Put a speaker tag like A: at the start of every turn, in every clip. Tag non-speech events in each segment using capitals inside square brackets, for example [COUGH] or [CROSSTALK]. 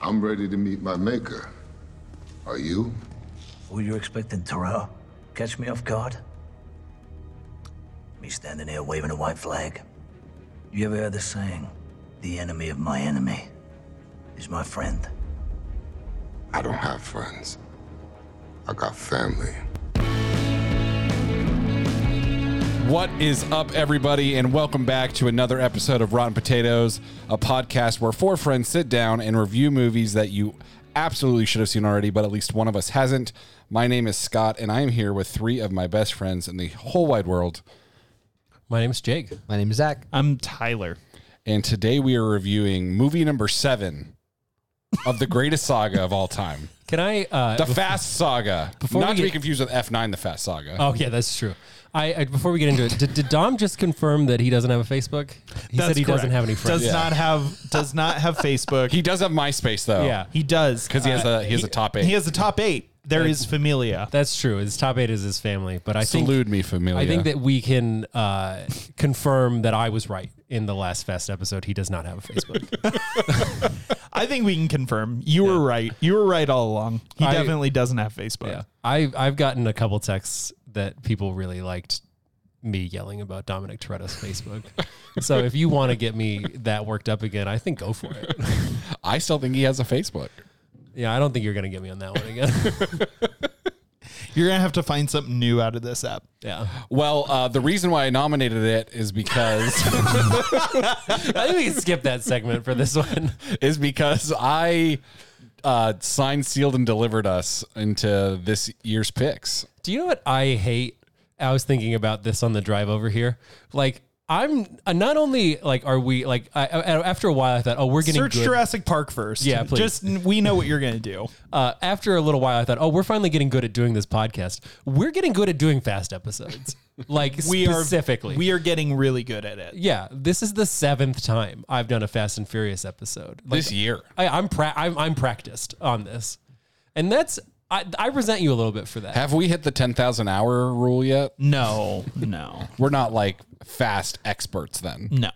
A: I'm ready to meet my maker. Are you?
B: Were you expecting Terrell? Catch me off guard? Me standing here waving a white flag? You ever heard the saying, the enemy of my enemy is my friend?
A: I don't have friends. I got family.
C: What is up, everybody, and welcome back to another episode of Rotten Potatoes, a podcast where four friends sit down and review movies that you absolutely should have seen already, but at least one of us hasn't. My name is Scott, and I am here with three of my best friends in the whole wide world.
D: My name's Jake.
E: My name is Zach.
F: I'm Tyler.
C: And today we are reviewing movie number seven of the greatest saga of all time
D: Can I? Uh,
C: The Fast Saga.
D: Before
C: Not
D: we
C: to be
D: get-
C: confused with F9, The Fast Saga.
D: oh yeah, that's true. I, I before we get into it, did, did Dom just confirm that he doesn't have a Facebook? He said he doesn't have any friends.
F: Does not have does
D: [LAUGHS]
F: not have Facebook.
C: he does have MySpace, though.
D: Yeah. Uh,
F: He does
C: 'Cause he has a- he has a top eight.
F: He has a top eight. There is Familia.
D: That's true. His top eight is his family, but I
C: Salute
D: think
C: me, familia.
D: I think that we can uh, confirm that I was right in the last Fast episode. He does not have a
F: [LAUGHS]
D: Facebook.
F: I think we can confirm you were right. You were right all along. He
D: I-
F: definitely doesn't have Facebook.
D: yeah, I I've gotten a couple texts that people really liked me yelling about Dominic Toretto's
F: [LAUGHS]
D: Facebook. so if you want to get me that worked up again, I think go for it.
C: I still think he has a Facebook.
D: yeah, I don't think you're gonna get me on that one
F: [LAUGHS]
D: again.
F: You're gonna have to find something new out of this app.
D: yeah.
C: Well, uh, the reason why I nominated it is
D: [LAUGHS]
C: because
D: I think we can skip that segment for this one.
C: is because I uh, signed, sealed, and delivered us into this year's picks.
D: Do you know what I hate? I was thinking about this on the drive over here. Like, I'm uh, not only like are we like I, I, after a while I thought oh we're getting
F: Search
D: good.
F: Jurassic Park first.
D: Yeah, please.
F: Just we know what you're
D: [LAUGHS]
F: gonna do.
D: uh, after a little while I thought oh we're finally getting good at doing this podcast. We're getting good at doing fast
F: [LAUGHS]
D: episodes. Like
F: We are
D: specifically.
F: We are getting really good at it.
D: yeah, this is the seventh time I've done a Fast and Furious episode. Like,
C: This year.
D: I, I'm, pra- I'm I'm practiced on this, and that's I, I resent you a little bit for that.
C: Have we hit the 10,000 hour rule yet?
F: No, no,
C: We're not like fast experts then.
F: no.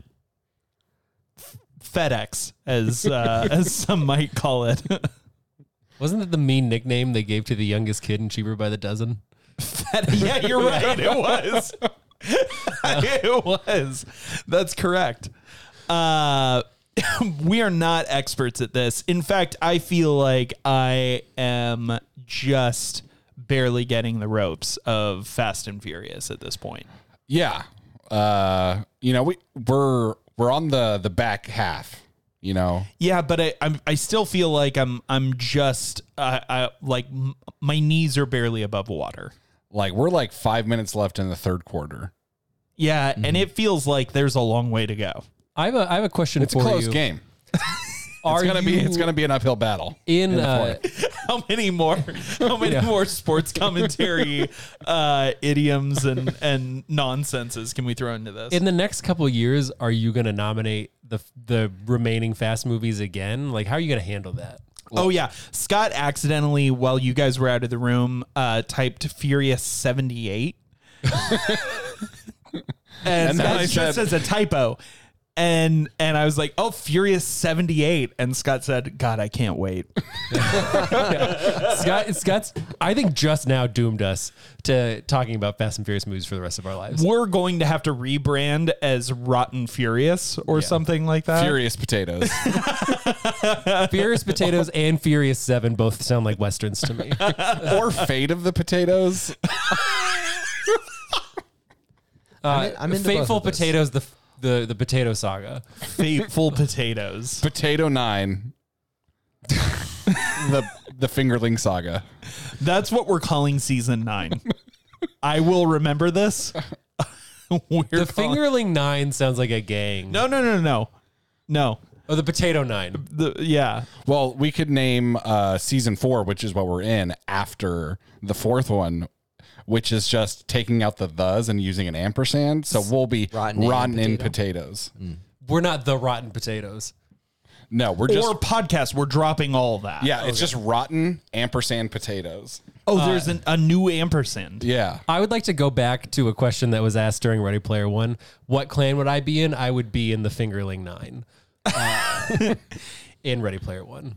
F: FedEx, as uh, [LAUGHS] as some might call it,
D: Wasn't that the mean nickname they gave to the youngest kid in Cheaper by the Dozen?
F: [LAUGHS] yeah, you're right. It was. [LAUGHS] it was. That's correct. Uh, [LAUGHS] we are not experts at this. In fact, I feel like I am just barely getting the ropes of Fast and Furious at this point.
C: Yeah. Uh, you know, we, we're we're on the the back half, you know.
F: Yeah, but I I'm, I still feel like I'm I'm just uh, I, like m- my knees are barely above water.
C: Like we're like 5 minutes left in the third quarter.
F: Yeah, and it feels like there's a long way to go.
D: I have a I have a question
C: It's a
D: for
C: close
D: you.
C: game.
D: Are
C: It's going to be
D: you
C: it's going to be an uphill battle.
D: in,
C: the
D: uh,
F: [LAUGHS] how many more how many more sports commentary uh, idioms and and nonsenses can we throw into this
D: in the next couple of years? Are you going to nominate the the remaining Fast movies again? Like, how are you going to handle that? [LAUGHS]
F: oh yeah scott accidentally while you guys were out of the room uh, typed furious 78
C: [LAUGHS]
F: and,
C: And then I
F: that's just
C: said-
F: as a typo and and i was like oh furious 78 and scott said god i
C: [LAUGHS]
F: can't wait
D: Scott Scott's I think just now doomed us to talking about Fast and Furious movies for the rest of our
C: [LAUGHS]
D: lives.
F: we're going to have to rebrand as rotten furious or something like that
C: Furious potatoes.
D: Furious Potatoes and Furious Seven both sound like westerns to me.
C: or fate of the potatoes.
E: I'm, in, I'm into both
D: Uh, Fateful
E: of those.
D: Potatoes, the the the potato saga.
F: fateful potatoes
C: Potato Nine. the the fingerling saga.
F: That's what we're calling season nine. I will remember this. [LAUGHS] We're
D: The
F: calling-
D: Fingerling Nine sounds like a gang.
F: No, no, no, no, no.
D: Oh, the Potato Nine.
F: The yeah.
C: Well, we could name uh, season four, which is what we're in, after the fourth one, which is just taking out the thes and using an ampersand. So we'll be rotten,
E: Rotten in
C: in Mm. potatoes.
D: We're not the rotten potatoes.
C: No, we're just
F: or podcast. We're dropping all that.
C: yeah, Uh, it's just rotten ampersand potatoes.
F: Oh, there's an, a new ampersand.
C: Yeah,
D: I would like to go back to a question that was asked during Ready Player One. What clan would I be in? [LAUGHS] I would be in the Fingerling Nine. Uh, in Ready Player One.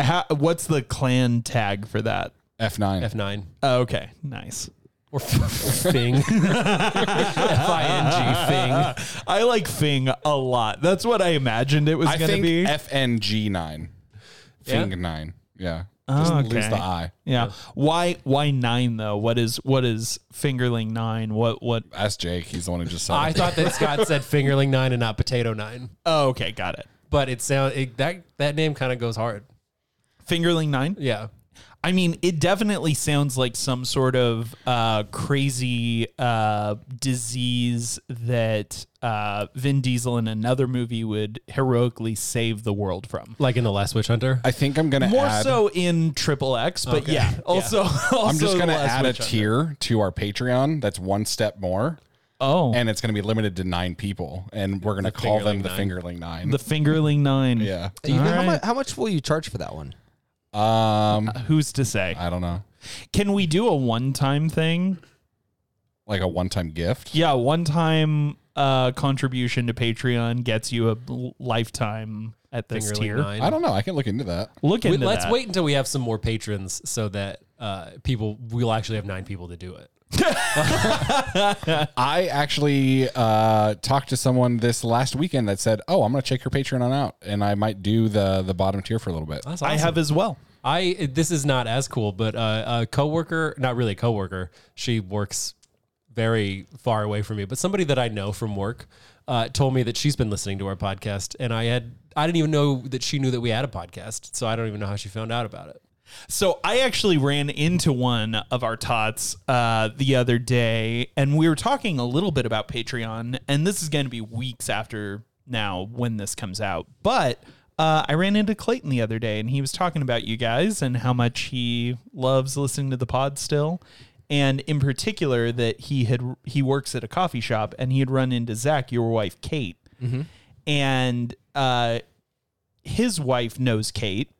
F: How, what's the clan tag for that?
C: F9.
D: F nine
F: Oh, okay, nice.
D: or Fing. [LAUGHS] F I N G Fing.
F: I like Fing a lot. That's what I imagined it was
C: I think
F: going to be.
C: FNG9.
D: Yeah?
C: Fing 9. Yeah.
F: Oh,
C: Just lose
F: okay.
C: the I.
F: yeah. Why? Why nine though? What is? What is fingerling nine? What? What?
C: Ask Jake. He's the one who just saw
D: I
C: it.
D: thought that Scott said fingerling nine and not potato nine,
F: Oh, okay, got it.
D: but it sound it, that that name kind of goes hard.
F: Fingerling nine.
D: Yeah,
F: I mean, it definitely sounds like some sort of uh, crazy uh, disease that uh, Vin Diesel in another movie would heroically save the world from.
D: like in the Last Witch Hunter.
C: I think I'm going to
F: More
C: add.
F: so in Triple X, but
D: Okay.
F: yeah.
D: Yeah.
F: Also, also
C: I'm just
F: the
C: going to
F: Last
C: add a
F: Witch Hunter.
C: tier to our Patreon that's one step more,
F: Oh,
C: and it's going to be limited to nine people, and we're going to call them
D: Fingerling
C: the
D: Nine.
C: Fingerling Nine.
F: the Fingerling
C: [LAUGHS]
F: Nine.
C: yeah.
E: You know, how,
F: Alright.
E: much, how much will you charge for that one?
C: Um,
F: Who's to say?
C: I don't know.
F: Can we do a one-time thing?
C: Like a one time gift?
F: Yeah, one-time uh, contribution to Patreon gets you a l- lifetime at this
D: Fingerling
F: tier.
D: nine.
C: I don't know. I can look into that.
F: Look into
D: Wait, let's
F: that.
D: wait until we have some more patrons so that uh, people we'll actually have nine people to do it.
C: I actually uh, talked to someone this last weekend that said, "Oh, I'm going to check your Patreon out, and I might do the the bottom tier for a little bit."
D: That's
F: I have as well.
D: I this is not as cool, but uh, a coworker, not really a coworker, she works very far away from me, but somebody that I know from work uh, told me that she's been listening to our podcast, and I had I didn't even know that she knew that we had a podcast, so I don't even know how she found out about it.
F: So I actually ran into one of our tots uh, the other day, and we were talking a little bit about Patreon. And this is going to be weeks after now when this comes out. But uh, I ran into Clayton the other day, and he was talking about you guys and how much he loves listening to the pod still, and in particular that he had he works at a coffee shop, and he had run into Zach, your wife Kate, and uh, his wife knows Kate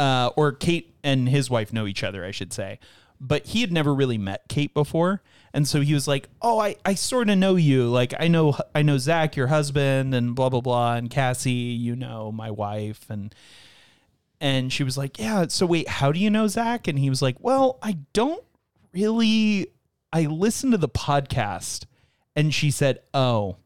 F: uh, or Kate and his wife know each other, I should say. But he had never really met Kate before, and so he was like, "Oh, I, I sort of know you. Like, I know I know Zach, your husband, and blah blah blah, and Cassie, you know, my wife." And and she was like, "Yeah. So wait, how do you know Zach?" And he was like, "Well, I don't really. I listened to the podcast." And she said, "Oh,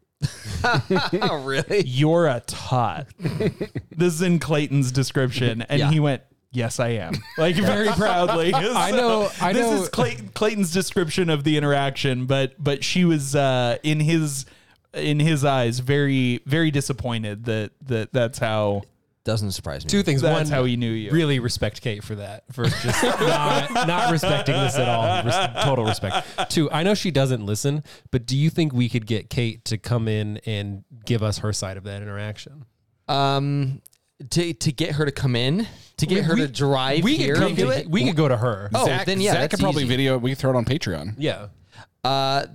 E: Oh, [LAUGHS] really?
F: you're a tot." this is in Clayton's description, and
E: Yeah.
F: he went, "Yes, I am." Like very proudly. I
E: know- [LAUGHS] I
F: this
E: know-
F: is Clayton, Clayton's description of the interaction, but but she was uh, in his in his eyes very very disappointed that that that's how
E: Doesn't surprise me.
D: Two things:
F: that's
D: one,
F: how he knew you.
D: really respect Kate for that,
F: [LAUGHS]
D: for just not, not respecting this at all. Res- total respect. Two, I know she doesn't listen, but do you think we could get Kate to come in and give us her side of that interaction?
E: Um, to to get her to come in, to get her to drive here,
D: come
E: do
D: to,
E: it.
D: We could go to her.
E: Oh,
C: Zach,
E: then yeah,
C: Zach
E: that's
C: could probably
E: easy.
C: video it. We could throw it on Patreon.
D: Yeah.
E: Uh, th-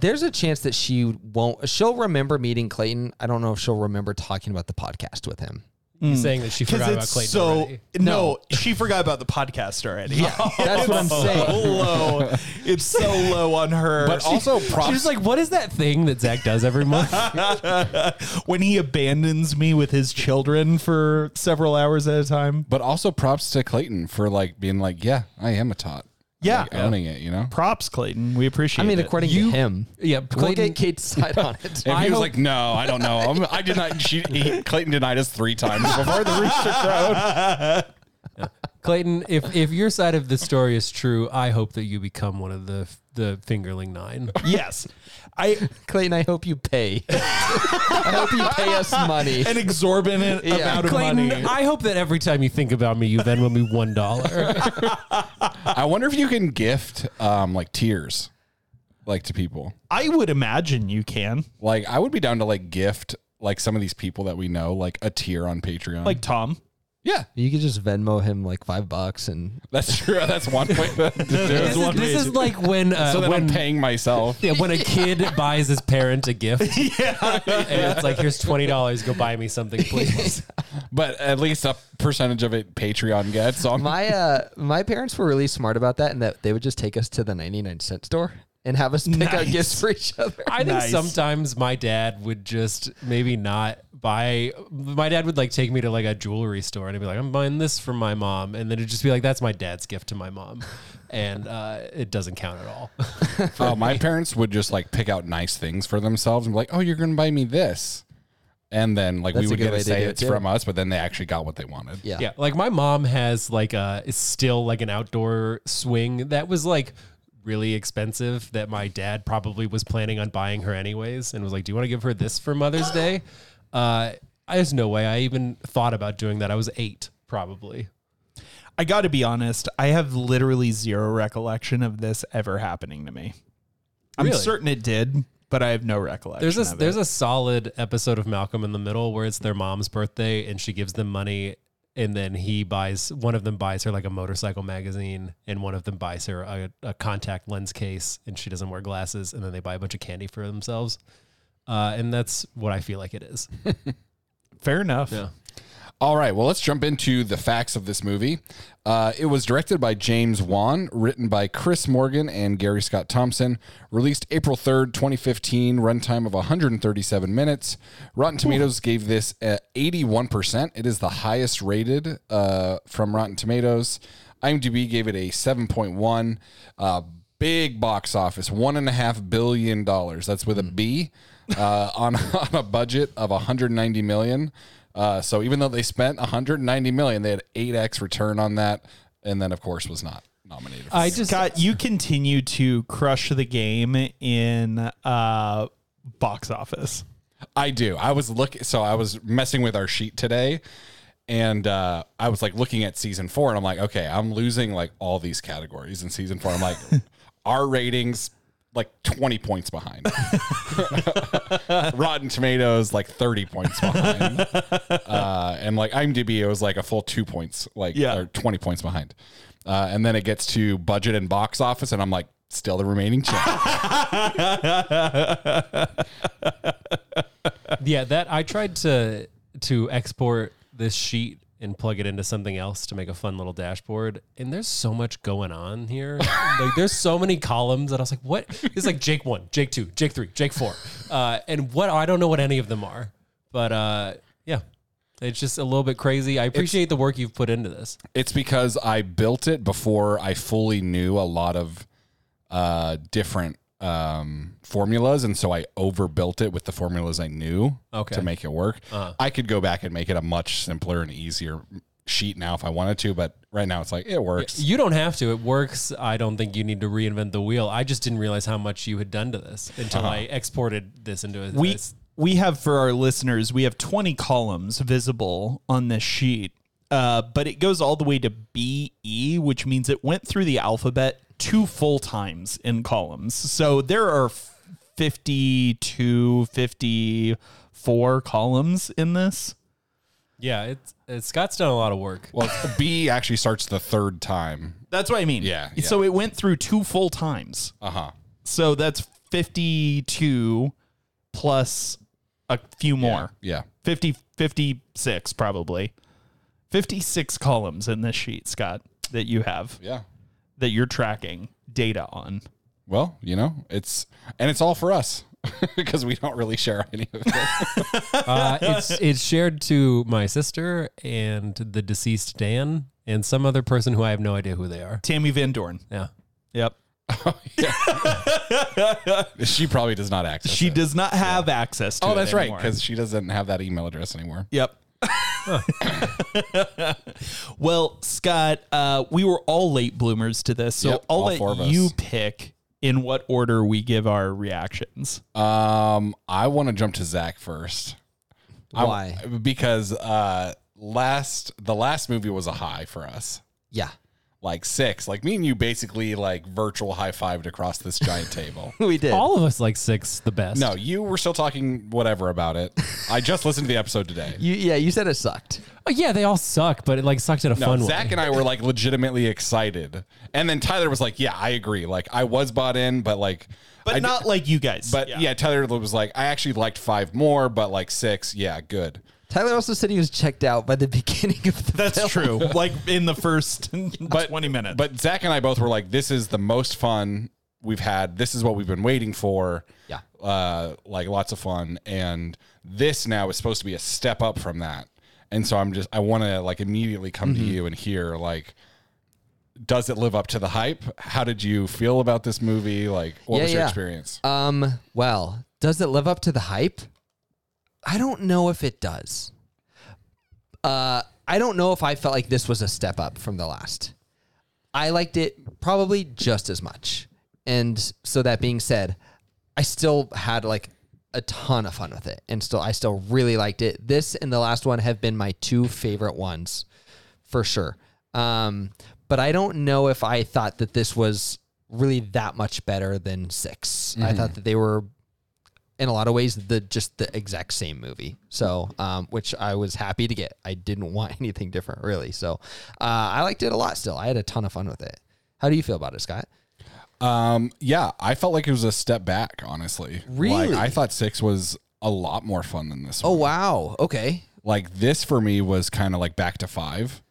E: there's a chance that she won't. She'll remember meeting Clayton. I don't know if she'll remember talking about the podcast with him.
F: Hmm.
D: He's saying that she forgot
F: Because
D: about
F: it's
D: Clayton.
F: so
D: already.
F: no, she forgot about the podcast already. [LAUGHS]
E: [LAUGHS] That's what I'm
F: so [LAUGHS]
E: saying.
F: low. It's so low on her.
C: But also props.
D: [LAUGHS] She's like, what is that thing that Zach does
E: [LAUGHS]
D: every month?
F: [LAUGHS] when he abandons me with his children for several hours at a time.
C: but also props to Clayton for like being like, "Yeah, I am a tot."
F: Yeah.
C: Like, owning it. You know.
F: Props, Clayton. We appreciate.
E: e- I mean,
F: it.
E: according to him,
D: yeah,
E: we'll
D: Clayton.
E: get Kate's side on it. [LAUGHS]
C: And he was like, "No, I don't know. I'm, I did not." She, he, Clayton denied us three times before the rooster crowed.
D: Clayton, if if your side of the story is true, I hope that you become one of the the fingerling
E: [LAUGHS]
D: nine.
F: yes, I
E: Clayton, I hope you pay. I hope you pay [LAUGHS] us money.
F: [LAUGHS] an exorbitant
E: Yeah.
F: amount of
D: Clayton,
F: money.
D: I hope that every time you think about me, you Venmo me one dollar.
C: I wonder if you can gift um like tears, like to people.
F: I would imagine you can,
C: Like I would be down to like gift like some of these people that we know like a tier on Patreon.
E: Mm.
F: like Tom.
C: yeah,
E: You could just Venmo him like five bucks and
C: that's true. That's one way
D: [LAUGHS]
C: to do
D: [LAUGHS]
C: it.
D: this, is, this is like when uh,
C: So that I'm
D: when
C: paying myself.
D: yeah, when a kid buys his parent a gift. and it's like, here's twenty dollars. Go buy me something, please.
C: But at least a percentage of it Patreon gets. So I'm
E: my uh my parents were really smart about that and that they would just take us to the 99 cent store and have us pick out
F: Nice.
E: gifts for each other.
D: I think
F: Nice.
D: sometimes my dad would just maybe not buy. My dad would like take me to like a jewelry store and I'd be like, I'm buying this for my mom. And then it'd just be like, that's my dad's gift to my mom. And uh, it doesn't count at all. [LAUGHS]
C: Oh, my parents would just like pick out nice things for themselves and be like, "Oh, you're going to buy me this," and then like
E: That's
C: we
E: a
C: would
E: good
C: get
E: way
C: to
E: to
C: say
E: do it,
C: it's
E: too.
C: from us, but then they actually got what they wanted.
E: Yeah.
D: Yeah, like my mom has like a is still like an outdoor swing that was like really expensive that my dad probably was planning on buying her anyways and was like, "Do you want to give her this for Mother's Day?" Uh, I there's no way I even thought about doing that. I was eight probably.
F: I got to be honest, I have literally zero recollection of this ever happening to me. I'm
D: Really?
F: certain it did, but I have no recollection.
D: There's a
F: of
D: there's
F: it.
D: a solid episode of Malcolm in the Middle where it's their mom's birthday and she gives them money and then he buys one of them buys her like a motorcycle magazine and one of them buys her a, a contact lens case and she doesn't wear glasses and then they buy a bunch of candy for themselves. Uh, and that's what I feel like it is.
F: fair enough.
D: Yeah.
C: All right, well, let's jump into the facts of this movie. Uh, it was directed by James Wan, written by Chris Morgan and Gary Scott Thompson, released April 3rd, 2015, runtime of 137 minutes. Rotten Tomatoes gave this uh, 81%. It is the highest rated uh, from Rotten Tomatoes. IMDb gave it a 7.1. Uh, big box office, $1.5 billion. That's with a B uh, on, [LAUGHS] on a budget of 190 million. Uh, so even though they spent 190 million, they had 8x return on that, and then of course was not nominated. For
D: I
C: it.
D: just
F: Scott, you continue to crush the game in uh, box office.
C: I do. I was looking, so I was messing with our sheet today, and uh, I was like looking at season four, and I'm like, okay, I'm losing like all these categories in season four. I'm like, our ratings like 20 points behind. [LAUGHS] Rotten Tomatoes like 30 points behind, uh, and like IMDb, it was like a full two points, like
F: Yeah.
C: or 20 points behind, uh, and then it gets to budget and box office, and I'm like, still the remaining challenge.
D: yeah, that I tried to to export this sheet and plug it into something else to make a fun little dashboard. And there's so much going on here. [LAUGHS] like there's so many columns that I was like, what? It's like Jake one, Jake two, Jake three, Jake four. Uh, and what I don't know what any of them are. But uh, yeah. It's just a little bit crazy. I appreciate the work you've put into this.
C: It's because I built it before I fully knew a lot of uh, different um, formulas, and so I overbuilt it with the formulas I knew
D: Okay.
C: to make it work.
F: Uh-huh.
C: I could go back and make it a much simpler and easier sheet now if I wanted to, but right now it's like it works.
D: You don't have to. It works. I don't think you need to reinvent the wheel. I just didn't realize how much you had done to this until I exported this into a
F: We
D: a s-
F: we have for our listeners, we have 20 columns visible on this sheet, uh, but it goes all the way to BE, which means it went through the alphabet two full times in columns. So there are f- 52, 54 columns in this.
D: Yeah, it's, it's Scott's done a lot of work.
C: Well, B actually starts the third time.
F: That's what I mean.
C: Yeah,
F: So it went through two full times.
C: Uh huh.
F: So that's 52 plus a few more.
C: Yeah.
F: 50, 56 probably 56 columns in this sheet scott that you have
C: Yeah.
F: that you're tracking data on
C: Well, you know, it's and it's all for us [LAUGHS] because we don't really share any of it.
D: Uh,
C: [LAUGHS]
D: it's it's shared to my sister and the deceased Dan and some other person who I have no idea who they are.
F: tammy van dorn
D: Yeah.
F: yep [LAUGHS]
C: she probably does not access.
F: she
C: it.
F: does not have access to
C: Oh,
F: it
C: that's right,
F: anymore.
C: because she doesn't have that email address anymore.
F: Yep. [LAUGHS] well, Scott, uh, we were all late bloomers to this, so
C: Yep,
F: I'll
C: all
F: let
C: four of us.
F: you pick in what order we give our reactions.
C: Um, I want to jump to Zach first. I-
E: Why?
C: because uh, last the last movie was a high for us,
E: Yeah.
C: like six. Like me and you basically like virtual high fived across this giant table.
E: We did.
D: All of us like six the best.
C: No, you were still talking whatever about it. I just listened to the episode today.
E: [LAUGHS] you, yeah, you said it sucked.
D: Oh, yeah, they all suck, but it like sucked at a
C: No,
D: fun
C: Zach
D: way.
C: and I were like legitimately excited, and then Tyler was like, "Yeah, I agree. Like I was bought in, but like,
F: But
C: I-
F: not like you guys.
C: But yeah. Tyler was like, I actually liked five more, but like six, yeah, good.
E: Tyler also said he was checked out by the [LAUGHS] beginning of the
F: that's
C: [LAUGHS]
E: film.
F: true. like in the first 20 minutes.
C: But Zach and I both were like, this is the most fun we've had. This is what we've been waiting for.
E: Yeah.
C: uh, like lots of fun. And this now is supposed to be a step up from that. And so I'm just I want to like immediately come
E: Mm-hmm.
C: to you and hear like, does it live up to the hype? How did you feel about this movie? Like, what
E: Yeah,
C: was your
E: yeah.
C: experience?
E: Um, well, does it live up to the hype? I don't know if it does. Uh, I don't know if I felt like this was a step up from the last. I liked it probably just as much. And so that being said, I still had like a ton of fun with it and still I still really liked it. This and the last one have been my two favorite ones for sure. Um, but I don't know if I thought that this was really that much better than 6. I thought that they were in a lot of ways the just the exact same movie. So, um, which I was happy to get. I didn't [LAUGHS] want anything different really. So, uh, I liked it a lot. Still, I had a ton of fun with it. How do you feel about it, Scott?
C: Um, yeah, I felt like it was a step back, honestly.
E: Really?
C: Like, I thought six was a lot more fun than this.
E: Oh
C: one.
E: wow. Okay.
C: Like this for me was kind of like back to five.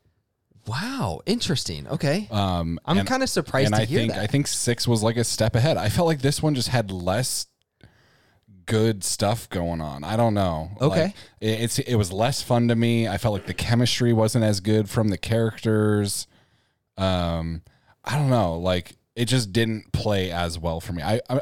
E: Wow. Interesting. Okay.
C: Um,
E: I'm
C: and-
E: kind of surprised
C: and
E: to
C: I
E: hear
C: think
E: that.
C: I think six was like a step ahead. I felt like this one just had less good stuff going on. I don't know.
E: Okay.
C: Like, it, it's it was less fun to me. I felt like the chemistry wasn't as good from the characters. Um, I don't know. Like it just didn't play as well for me. I, I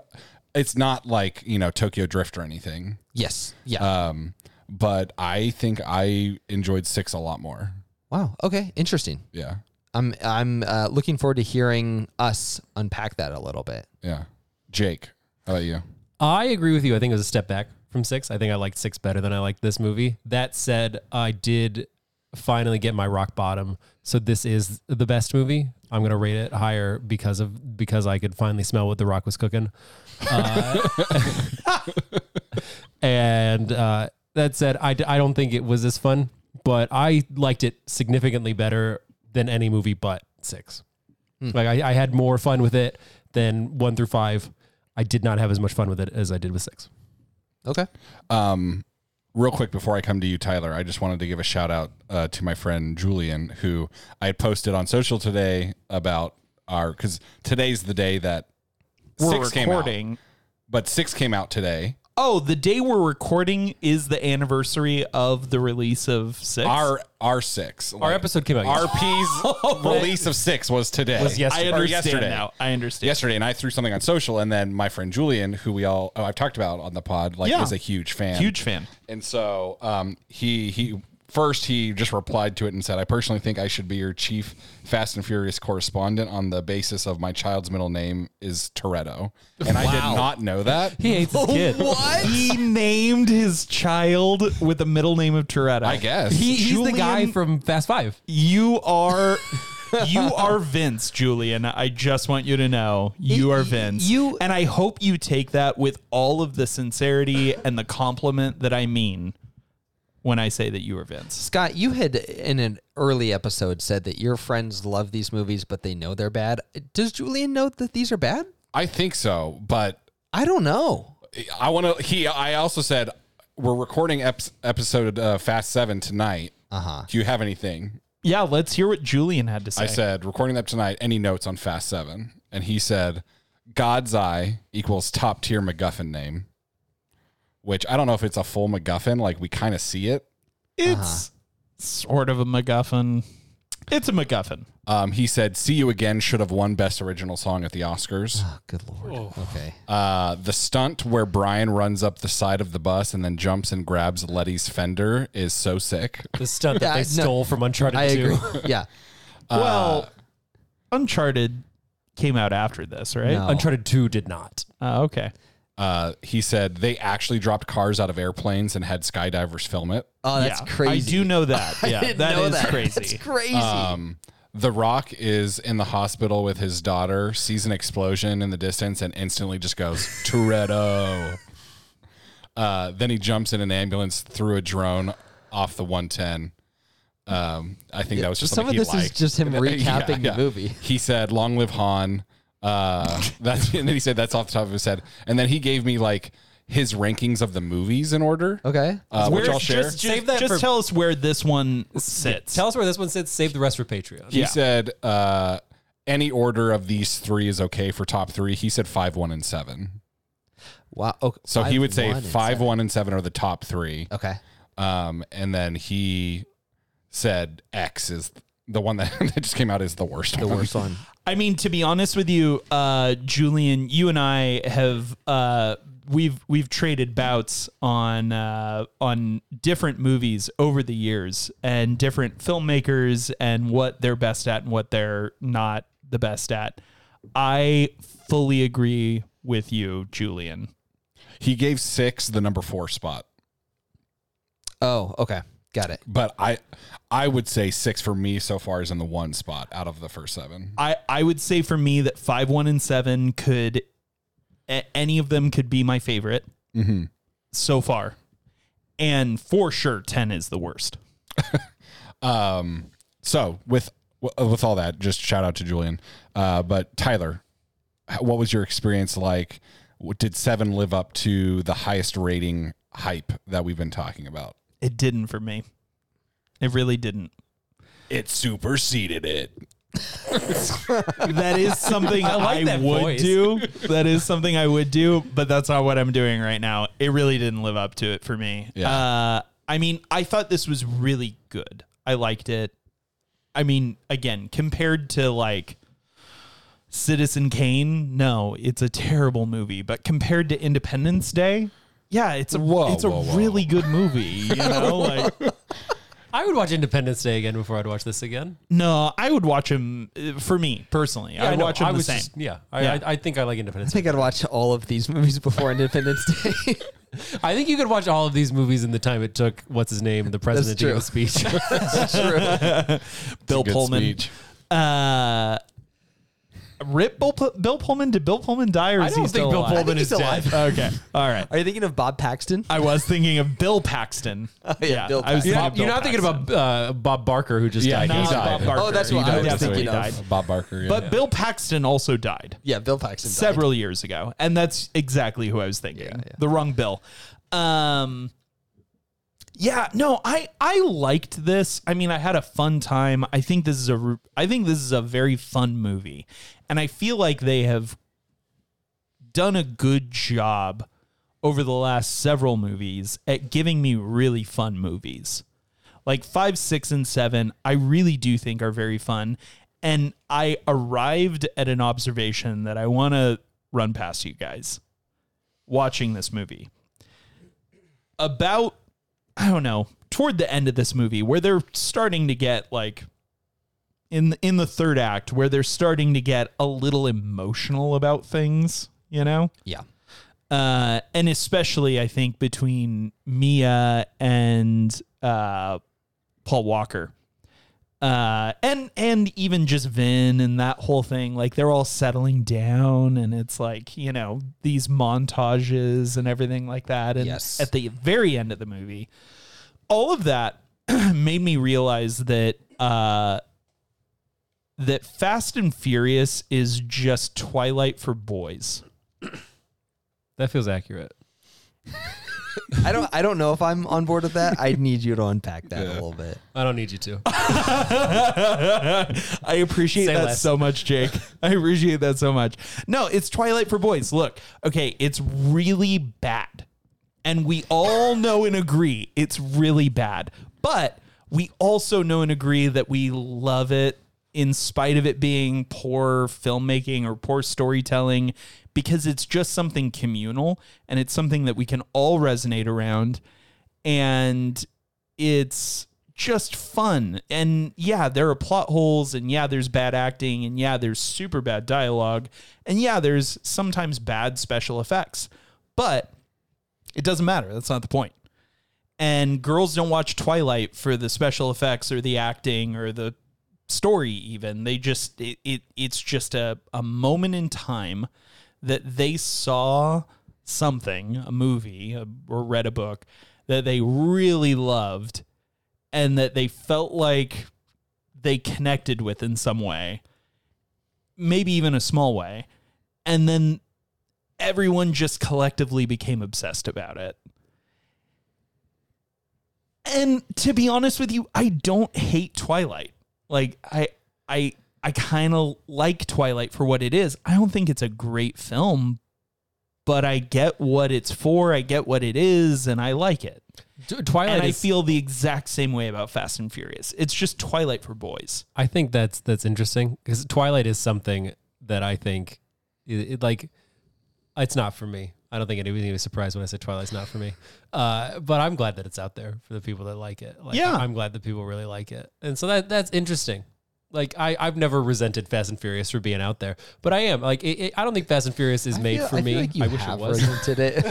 C: it's not like you know Tokyo Drift or anything.
E: yes. Yeah.
C: Um, but I think I enjoyed six a lot more.
E: wow. Okay. Interesting.
C: Yeah.
E: I'm I'm uh, looking forward to hearing us unpack that a little bit.
C: Yeah. Jake, how about you?
D: I agree with you. I think it was a step back from six. I think I liked six better than I liked this movie. That said, I did finally get my rock bottom. So this is the best movie. I'm gonna rate it higher because of because I could finally smell what the rock was cooking. Uh, [LAUGHS] and uh, that said, I, d- I don't think it was as fun, but I liked it significantly better than any movie but six. Mm. Like I, I had more fun with it than one through five. I did not have as much fun with it as I did with six.
E: Okay.
C: Um, real quick before I come to you, Tyler, I just wanted to give a shout out uh, to my friend Julian, who I had posted on social today about our because today's the day that
F: We're
C: six came out,
F: recording.
C: but six came out today.
F: Oh, the day we're recording is the anniversary of the release of six.
C: Our our six,
D: Our
C: like,
D: episode came out. [LAUGHS]
C: RP's release of six was today.
D: Was
F: I
D: yesterday.
C: Or
F: understand
C: yesterday.
F: now. I understand.
C: Yesterday, and I threw something on social, and then my friend Julian, who we all oh, I've talked about on the pod, like
F: Yeah.
C: is a huge fan,
F: Huge fan.
C: And so um, he he first he just replied to it and said, "I personally think I should be your chief Fast and Furious correspondent on the basis of my child's middle name is Toretto," and I did not know that.
D: He hates his [LAUGHS] kid.
F: He named his child with the middle name of Toretto.
C: I guess
D: He, he's
F: Julian-
D: the guy from Fast Five.
C: [LAUGHS]
F: You are you are Vince, Julian. I just want you to know you
E: Y-
F: are
E: y-
F: Vince.
E: you-
F: and I hope you take that with all of the sincerity and the compliment that I mean when I say that you are Vince.
E: Scott, you had in an early episode said that your friends love these movies, but they know they're bad. Does Julian know that these are bad?
C: I think so, but
E: I don't know.
C: I want to. He I also said we're recording ep- episode uh, Fast Seven tonight. Uh
F: Uh-huh.
C: huh. Do you have anything?
F: Yeah, let's hear what Julian had to say.
C: I said, recording that tonight, any notes on Fast Seven? And he said, God's Eye equals top tier MacGuffin name, which I don't know if it's a full MacGuffin. Like we kind of see it.
F: it's
E: Uh-huh.
F: sort of a MacGuffin. It's a MacGuffin.
C: Um, he said, See You Again should have won Best Original Song at the Oscars.
E: Oh, good lord. Okay.
C: Uh, the stunt where Brian runs up the side of the bus and then jumps and grabs Letty's fender is so sick.
D: The stunt that
E: Yeah,
D: they
E: I- no.
D: stole from Uncharted
E: I
D: 2.
E: agree.
C: [LAUGHS]
E: yeah. Uh,
F: well, Uncharted came out after this, right?
E: No.
D: Uncharted 2 did not.
F: Uh, okay.
C: Uh, he said, They actually dropped cars out of airplanes and had skydivers film it.
E: Oh, that's
F: Yeah,
E: crazy.
F: I do
E: [LAUGHS]
F: know that. Yeah,
E: I didn't
F: that
E: know
F: is
E: that.
F: crazy.
E: That's crazy.
C: Um, the Rock is in the hospital with his daughter, sees an explosion in the distance, and instantly just goes, Toretto. [LAUGHS] Uh, then he jumps in an ambulance through a drone off the 110. Um, I think that was just
E: Some of
C: something he
E: this is
C: liked.
E: just
C: [LAUGHS]
E: him
C: Yeah,
E: recapping the movie.
C: He said, "Long live Han."
E: [LAUGHS]
C: Uh, that's and then he said, "That's off the top of his head." And then he gave me like his rankings of the movies in order.
E: okay.
C: uh, which
F: Where-
C: I'll share.
F: Just,
D: Save
F: just-
D: that
F: just
D: for-
F: tell us where this one sits.
D: Tell us where this one sits. Save the rest for Patreon.
C: He said uh, any order of these three is okay for top three. He said five, one, and seven.
E: Wow. Oh, Okay.
C: So he would say
E: one and
C: five,
E: seven.
C: one, and seven are the top three.
E: Okay.
C: Um, and then he said X is the one that, [LAUGHS] that just came out is the worst.
E: The worst one.
F: I mean, to be honest with you, uh, Julian, you and I have uh, we've we've traded bouts on uh, on different movies over the years and different filmmakers and what they're best at and what they're not the best at. I fully agree with you, Julian.
C: He gave six the number four spot,
E: Oh, okay. Got it.
C: but I I would say six for me so far is in the one spot out of the first seven.
F: I, I would say for me that five, one, and seven could a- any of them could be my favorite so far, and for sure ten is the worst.
C: Um, so with with all that, just shout out to Julian. Uh, but Tyler, what was your experience like? Did seven live up to the highest rating hype that we've been talking about?
F: It didn't for me. It really didn't.
C: It superseded it.
F: That
D: [LAUGHS]
F: is something I,
D: like that
F: would
D: voice. [LAUGHS]
F: do. That is something I would do, but that's not what I'm doing right now. It really didn't live up to it for me.
C: Yeah.
F: Uh, I mean, I thought this was really good. I liked it. I mean, again, compared to like Citizen Kane, no, it's a terrible movie. But compared to Independence Day, yeah, it's a
C: Whoa,
F: it's a
C: whoa, whoa.
F: really good movie.
C: [LAUGHS]
F: You know, like
D: I would watch Independence Day again before I'd watch this again.
F: no, I would watch him uh, for me personally. I would
D: know.
F: watch him
D: I
F: the
D: was
F: same.
D: just- yeah, I,
F: Yeah.
D: I, I think I like Independence
E: I think I'd watch all of these movies before Independence [LAUGHS] Day.
D: I think you could watch all of these movies in the time it took what's his name, the president to give a [LAUGHS] speech.
E: That's true.
F: Bill
C: Good
F: Pullman.
C: speech.
F: Uh, Rip Bill, Pu- Bill Pullman. Did Bill Pullman die, or
D: I
F: is he
D: don't
F: still
D: think Bill
F: alive?
D: Pullman
E: he's
D: is dead.
F: [LAUGHS]
E: alive.
F: Okay, all right.
E: Are you thinking of Bob Paxton?
F: I was thinking of Bill Paxton.
E: [LAUGHS] yeah, Bill
F: I was
E: Paxton.
F: thinking
D: You're
F: of
D: not, you're
F: Bill
D: not thinking
F: Paxton.
D: about uh, Bob Barker who just
C: Yeah,
D: died.
C: he
F: Not
C: died.
F: Bob Barker.
E: Oh, that's
F: He
E: what I was
F: died.
E: thinking
F: Definitely
E: of.
F: died.
C: Bob Barker. Yeah.
F: But Bill Paxton also died
E: yeah, Bill Paxton. died.
F: several years ago, and that's exactly who I was thinking. The wrong Bill. Um, yeah, no, I I liked this. I mean, I had a fun time. I think this is a r- I think this is a very fun movie, and I feel like they have done a good job over the last several movies at giving me really fun movies. Like five, six, and seven, I really do think are very fun. And I arrived at an observation that I want to run past you guys watching this movie. About, I don't know, toward the end of this movie, where they're starting to get like in in the third act, where they're starting to get a little emotional about things, you know?
E: Yeah.
F: uh, and especially I think between Mia and uh, Paul Walker, uh, and and even just Vin and that whole thing. Like they're all settling down, and it's like you know these montages and everything like that. And
E: Yes.
F: at the very end of the movie, all of that [CLEARS THROAT] made me realize that. Uh, that Fast and Furious is just Twilight for boys.
D: That feels accurate.
E: I don't. I don't know if I'm on board with that. I need you to unpack that a little bit.
D: I don't need you to.
F: [LAUGHS] I appreciate
D: Say
F: that
D: less.
F: so
D: [LAUGHS]
F: much, Jake. I appreciate that so much. No, it's Twilight for Boys. Look, okay, it's really bad. And we all know and agree it's really bad. But we also know and agree that we love it in spite of it being poor filmmaking or poor storytelling because it's just something communal and it's something that we can all resonate around. And it's just fun. And yeah, there are plot holes, and yeah, there's bad acting, and yeah, there's super bad dialogue, and yeah, there's sometimes bad special effects. But it doesn't matter. That's not the point. And girls don't watch Twilight for the special effects or the acting or the story even. They just it, it it's just a, a moment in time that they saw something, a movie, a, or read a book that they really loved and that they felt like they connected with in some way, maybe even a small way. And then everyone just collectively became obsessed about it. And to be honest with you, I don't hate Twilight. Like I I I kind of like Twilight for what it is. I don't think it's a great film, but I get what it's for. I get what it is, and I like it.
D: T- Twilight.
F: And I
D: is-
F: feel the exact same way about Fast and Furious. It's just Twilight for boys.
D: I think that's that's interesting because Twilight is something that I think, it, it, like, it's not for me. I don't think anybody was surprised when I said Twilight's not for me. Uh, but I'm glad that it's out there for the people that like it. Like,
F: Yeah.
D: I'm glad that people really like it, and so that that's interesting. Like I, I've never resented Fast and Furious for being out there, but I am like it, it- I don't think Fast and Furious is made
E: I feel-
D: for
E: I
D: me.
E: Feel like you
D: I wish it
E: have
D: was. [LAUGHS]
E: resented it.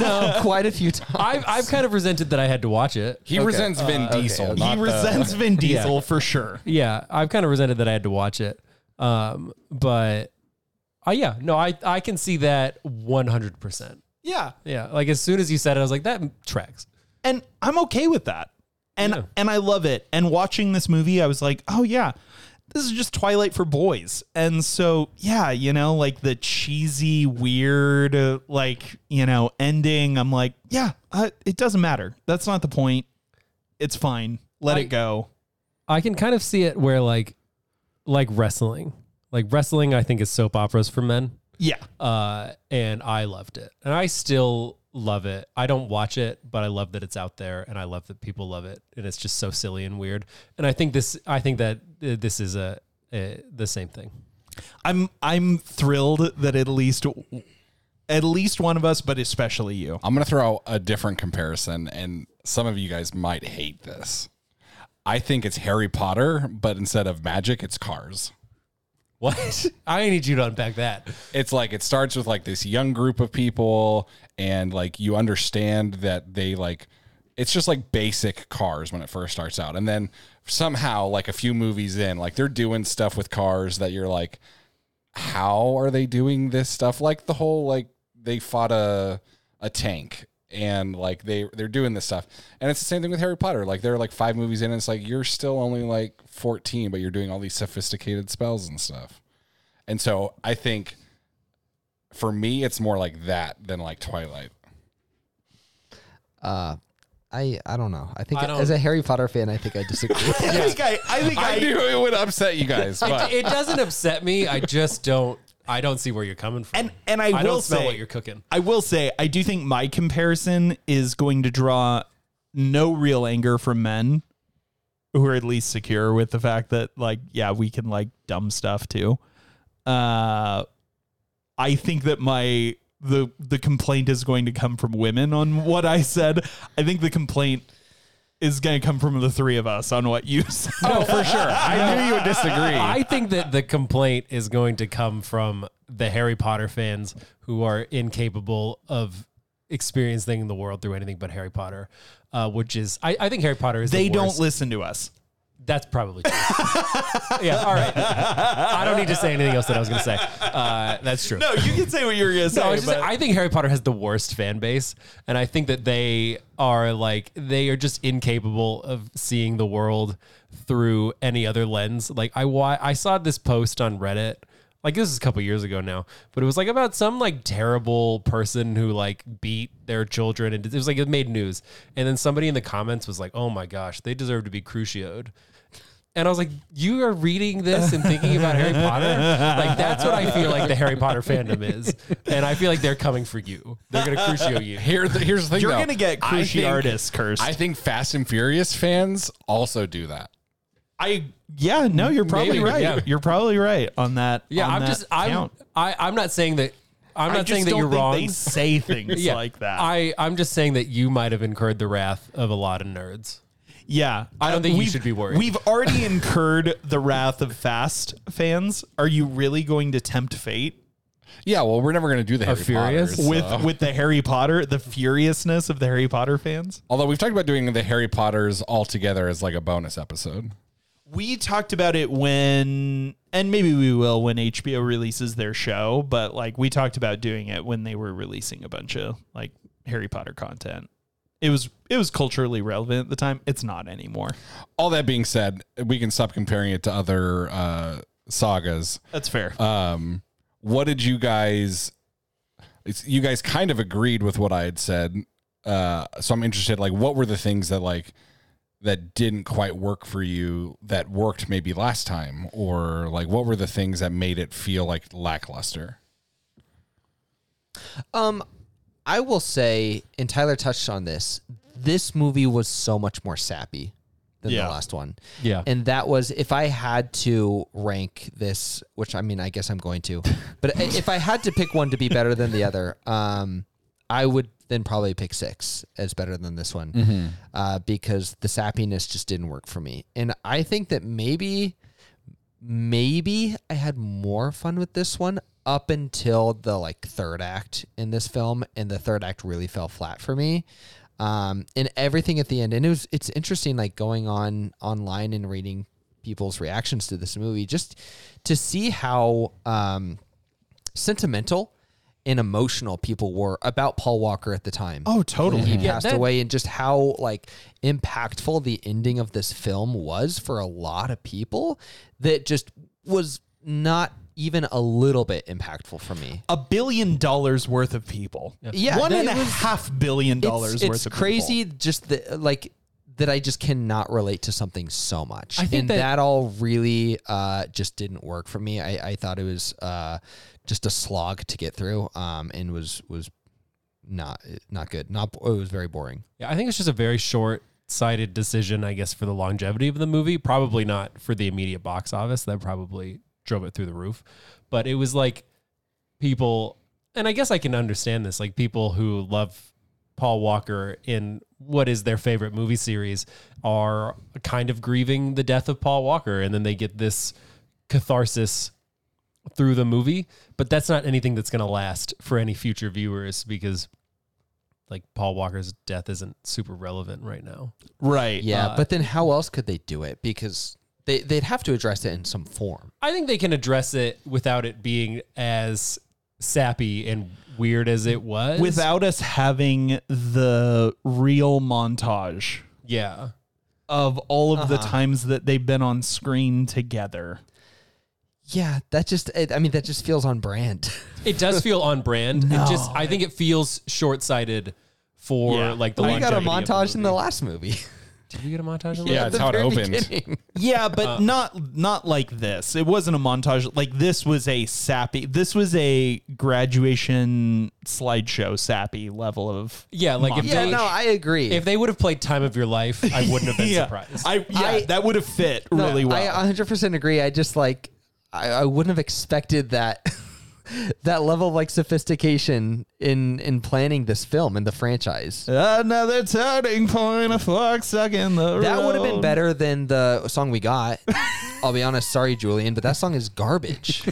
E: no, quite a few times.
D: I've, I've kind of resented that I had to watch it.
C: He resents Vin Diesel.
E: okay.
C: not
F: Uh, he
C: the- [LAUGHS]
F: resents Vin Diesel for sure.
D: Yeah, I've kind of resented that I had to watch it. Um, but uh, yeah, no, I I can see that 100%.
F: Yeah,
D: Yeah, like as soon as you said it, I was like that tracks.
F: and I'm okay with that. And
D: Yeah.
F: and I love it. And watching this movie, I was like, oh yeah, this is just Twilight for boys. And so yeah, you know, like the cheesy, weird, uh, like you know, ending. I'm like, yeah, uh, it doesn't matter. That's not the point. It's fine. Let
D: I-
F: it go.
D: I can kind of see it where like like wrestling. Like wrestling I think is soap operas for men.
F: Yeah,
D: Uh and I loved it. And I still love it. I don't watch it, but I love that it's out there and I love that people love it and it's just so silly and weird. And I think this I think that uh, this is a, a the same thing.
F: I'm I'm thrilled that at least at least one of us, but especially you.
C: I'm going to throw out a different comparison, and some of you guys might hate this. I think it's Harry Potter, but instead of magic, it's cars.
D: What? [LAUGHS] I need you to unpack
F: [LAUGHS]
D: that.
C: It's like it starts with like this young group of people, and like you understand that they like it's just like basic cars when it first starts out. And then somehow, like a few movies in, like they're doing stuff with cars that you're like, how are they doing this stuff? Like the whole like they fought a a tank and like they they're doing this stuff. And it's the same thing with Harry Potter. Like there are like five movies in and it's like you're still only like 14 but you're doing all these sophisticated spells and stuff. And so I think for me it's more like that than like Twilight.
E: Uh, I I don't know. I think
D: I don't-
E: as a Harry Potter fan, I think I disagree.
D: [LAUGHS]
F: I think I, I think
C: I knew it would upset you guys, but
D: It doesn't upset me. I just don't. I don't see where you're coming from.
F: And- and I
D: don't
F: will
D: smell
F: say-
D: what you're cooking.
F: I will say, I do think my comparison is going to draw no real anger from men who are at least secure with the fact that, like, yeah, we can like dumb stuff too. Uh, I think that my the the complaint is going to come from women on what I said. I think the complaint is going to come from the three of us on what you [LAUGHS] said.
C: oh, for
D: [LAUGHS]
C: sure. I knew you would disagree.
D: I think that the complaint is going to come from the Harry Potter fans who are incapable of experiencing the world through anything but Harry Potter, uh, which is I, I think Harry Potter is
F: they
D: the
F: don't
D: worst.
F: listen to us.
D: That's probably
F: [LAUGHS]
D: true. yeah. All right. I don't need to say anything else that I was going to say. Uh, that's true.
F: No, you can say what you're going to say.
D: No, I, was just
F: but-
D: saying, I think Harry Potter has the worst fan base, and I think that they are like they are just incapable of seeing the world through any other lens. Like I, wa- I saw this post on Reddit. Like this is a couple years ago now, but it was like about some like terrible person who like beat their children, and it was like it made news. And then somebody in the comments was like, "Oh my gosh, they deserve to be crucioed." And I was like, you are reading this and thinking about Harry Potter? Like, that's what I feel like the Harry Potter fandom is. And I feel like they're coming for you. They're going to crucio you.
C: Here, the, here's the thing.
F: You're
C: though.
F: gonna get
C: I think-
F: cruciatus cursed.
C: I think Fast and Furious fans also do that.
F: I yeah no you're probably
D: Maybe,
F: right
D: yeah.
F: you're probably right on that
D: Yeah,
F: on
D: I'm
F: that
D: just, I'm,
F: count.
D: I, I'm not saying that, I'm
F: I
D: not
F: just
D: saying that
F: don't
D: you're
F: think
D: wrong.
F: they
D: [LAUGHS]
F: say things
D: Yeah.
F: like that
D: I, I'm just saying that you might have incurred the wrath of a lot of nerds.
F: yeah
D: I don't
F: Uh,
D: think you
F: we've-
D: should be worried.
F: we've
D: [LAUGHS]
F: already incurred the wrath of fast fans are you really going to tempt fate
C: Yeah, well, we're never going to do the Harry
D: Furious?
C: Potters,
F: with
C: so.
F: with the Harry Potter the furiousness of the Harry Potter fans
C: Although we've talked about doing the Harry Potters all together as like a bonus episode.
F: we talked about it when and maybe we will when HBO releases their show but like we talked about doing it when they were releasing a bunch of like Harry Potter content it was it was culturally relevant at the time it's not anymore
C: All that being said, we can stop comparing it to other uh, sagas.
F: That's fair.
C: Um, what did you guys? It's, you guys kind of agreed with what I had said, uh, so I'm interested. Like, what were the things that like that didn't quite work for you that worked maybe last time, or like what were the things that made it feel like lackluster?
E: Um, I will say, and Tyler touched on this. This movie was so much more sappy than
D: Yeah.
E: the last one.
D: Yeah.
E: and that was if I had to rank this, which I mean, I guess I'm going to, but i- if I had to pick one to be better than the other, um, I would then probably pick six as better than this one, uh, because the sappiness just didn't work for me. And I think that maybe maybe I had more fun with this one up until the like third act in this film, and the third act really fell flat for me. Um, and everything at the end, and it was it's interesting, like going on online and reading people's reactions to this movie, just to see how um, sentimental and emotional people were about Paul Walker at the time. Oh, totally. He passed
D: that-
E: away and just how like impactful the ending of this film was for a lot of people that just was not even a little bit impactful for me.
F: A billion dollars worth of people.
E: Yeah,
F: one
E: that
F: and a half billion
E: was-
F: dollars
E: it's,
F: worth
E: it's
F: of people.
E: crazy just that like that I just cannot relate to something so much.
D: I think
E: and
D: that-
E: that, all really uh, just didn't work for me. I, I thought it was uh, just a slog to get through um, and was was not not good. Not it was very boring.
D: Yeah, I think it's just a very short sighted decision, I guess, for the longevity of the movie. Probably not for the immediate box office. That probably drove it through the roof. But it was like people, and I guess I can understand this like people who love Paul Walker in what is their favorite movie series are kind of grieving the death of Paul Walker. And then they get this catharsis through the movie. But that's not anything that's going to last for any future viewers because like Paul Walker's death isn't super relevant right now.
F: Right.
E: Yeah,
D: Uh,
E: but then how else could they do it? Because they they'd have to address it in some form.
D: I think they can address it without it being as sappy and weird as it was.
F: Without us having the real montage
D: yeah,
F: of all of the times that they've been on screen together.
E: Yeah, that just it, I mean that just feels on brand.
D: it does feel on
E: [LAUGHS]
D: brand. It just I think it feels short sighted for
F: Yeah.
D: like the.
E: we got a
D: longevity of
E: montage in the
D: movie.
E: last movie. [LAUGHS]
D: Did we get a montage? In the
C: Yeah,
D: last-
C: it's how it
E: Very
C: opened.
D: [LAUGHS]
E: beginning.
F: Yeah, but not not like this. It wasn't a montage. Like this was a sappy. This was a graduation slideshow sappy level of.
D: yeah. Like if
E: Yeah,
D: they,
E: no, I agree.
D: if they would have played Time of Your Life, I
E: [LAUGHS]
D: wouldn't have been
F: Yeah,
D: surprised.
F: I, yeah
E: I-
F: that would have fit really well.
E: I 100% agree. I just like I, I wouldn't have expected that [LAUGHS] that level of like sophistication in in planning this film and the franchise.
F: Another turning point, a fork stuck in the
E: That would have been
D: Um,
F: road.
E: better than the song we got. I'll be honest, sorry Julian, but that song
D: [LAUGHS]
E: is garbage.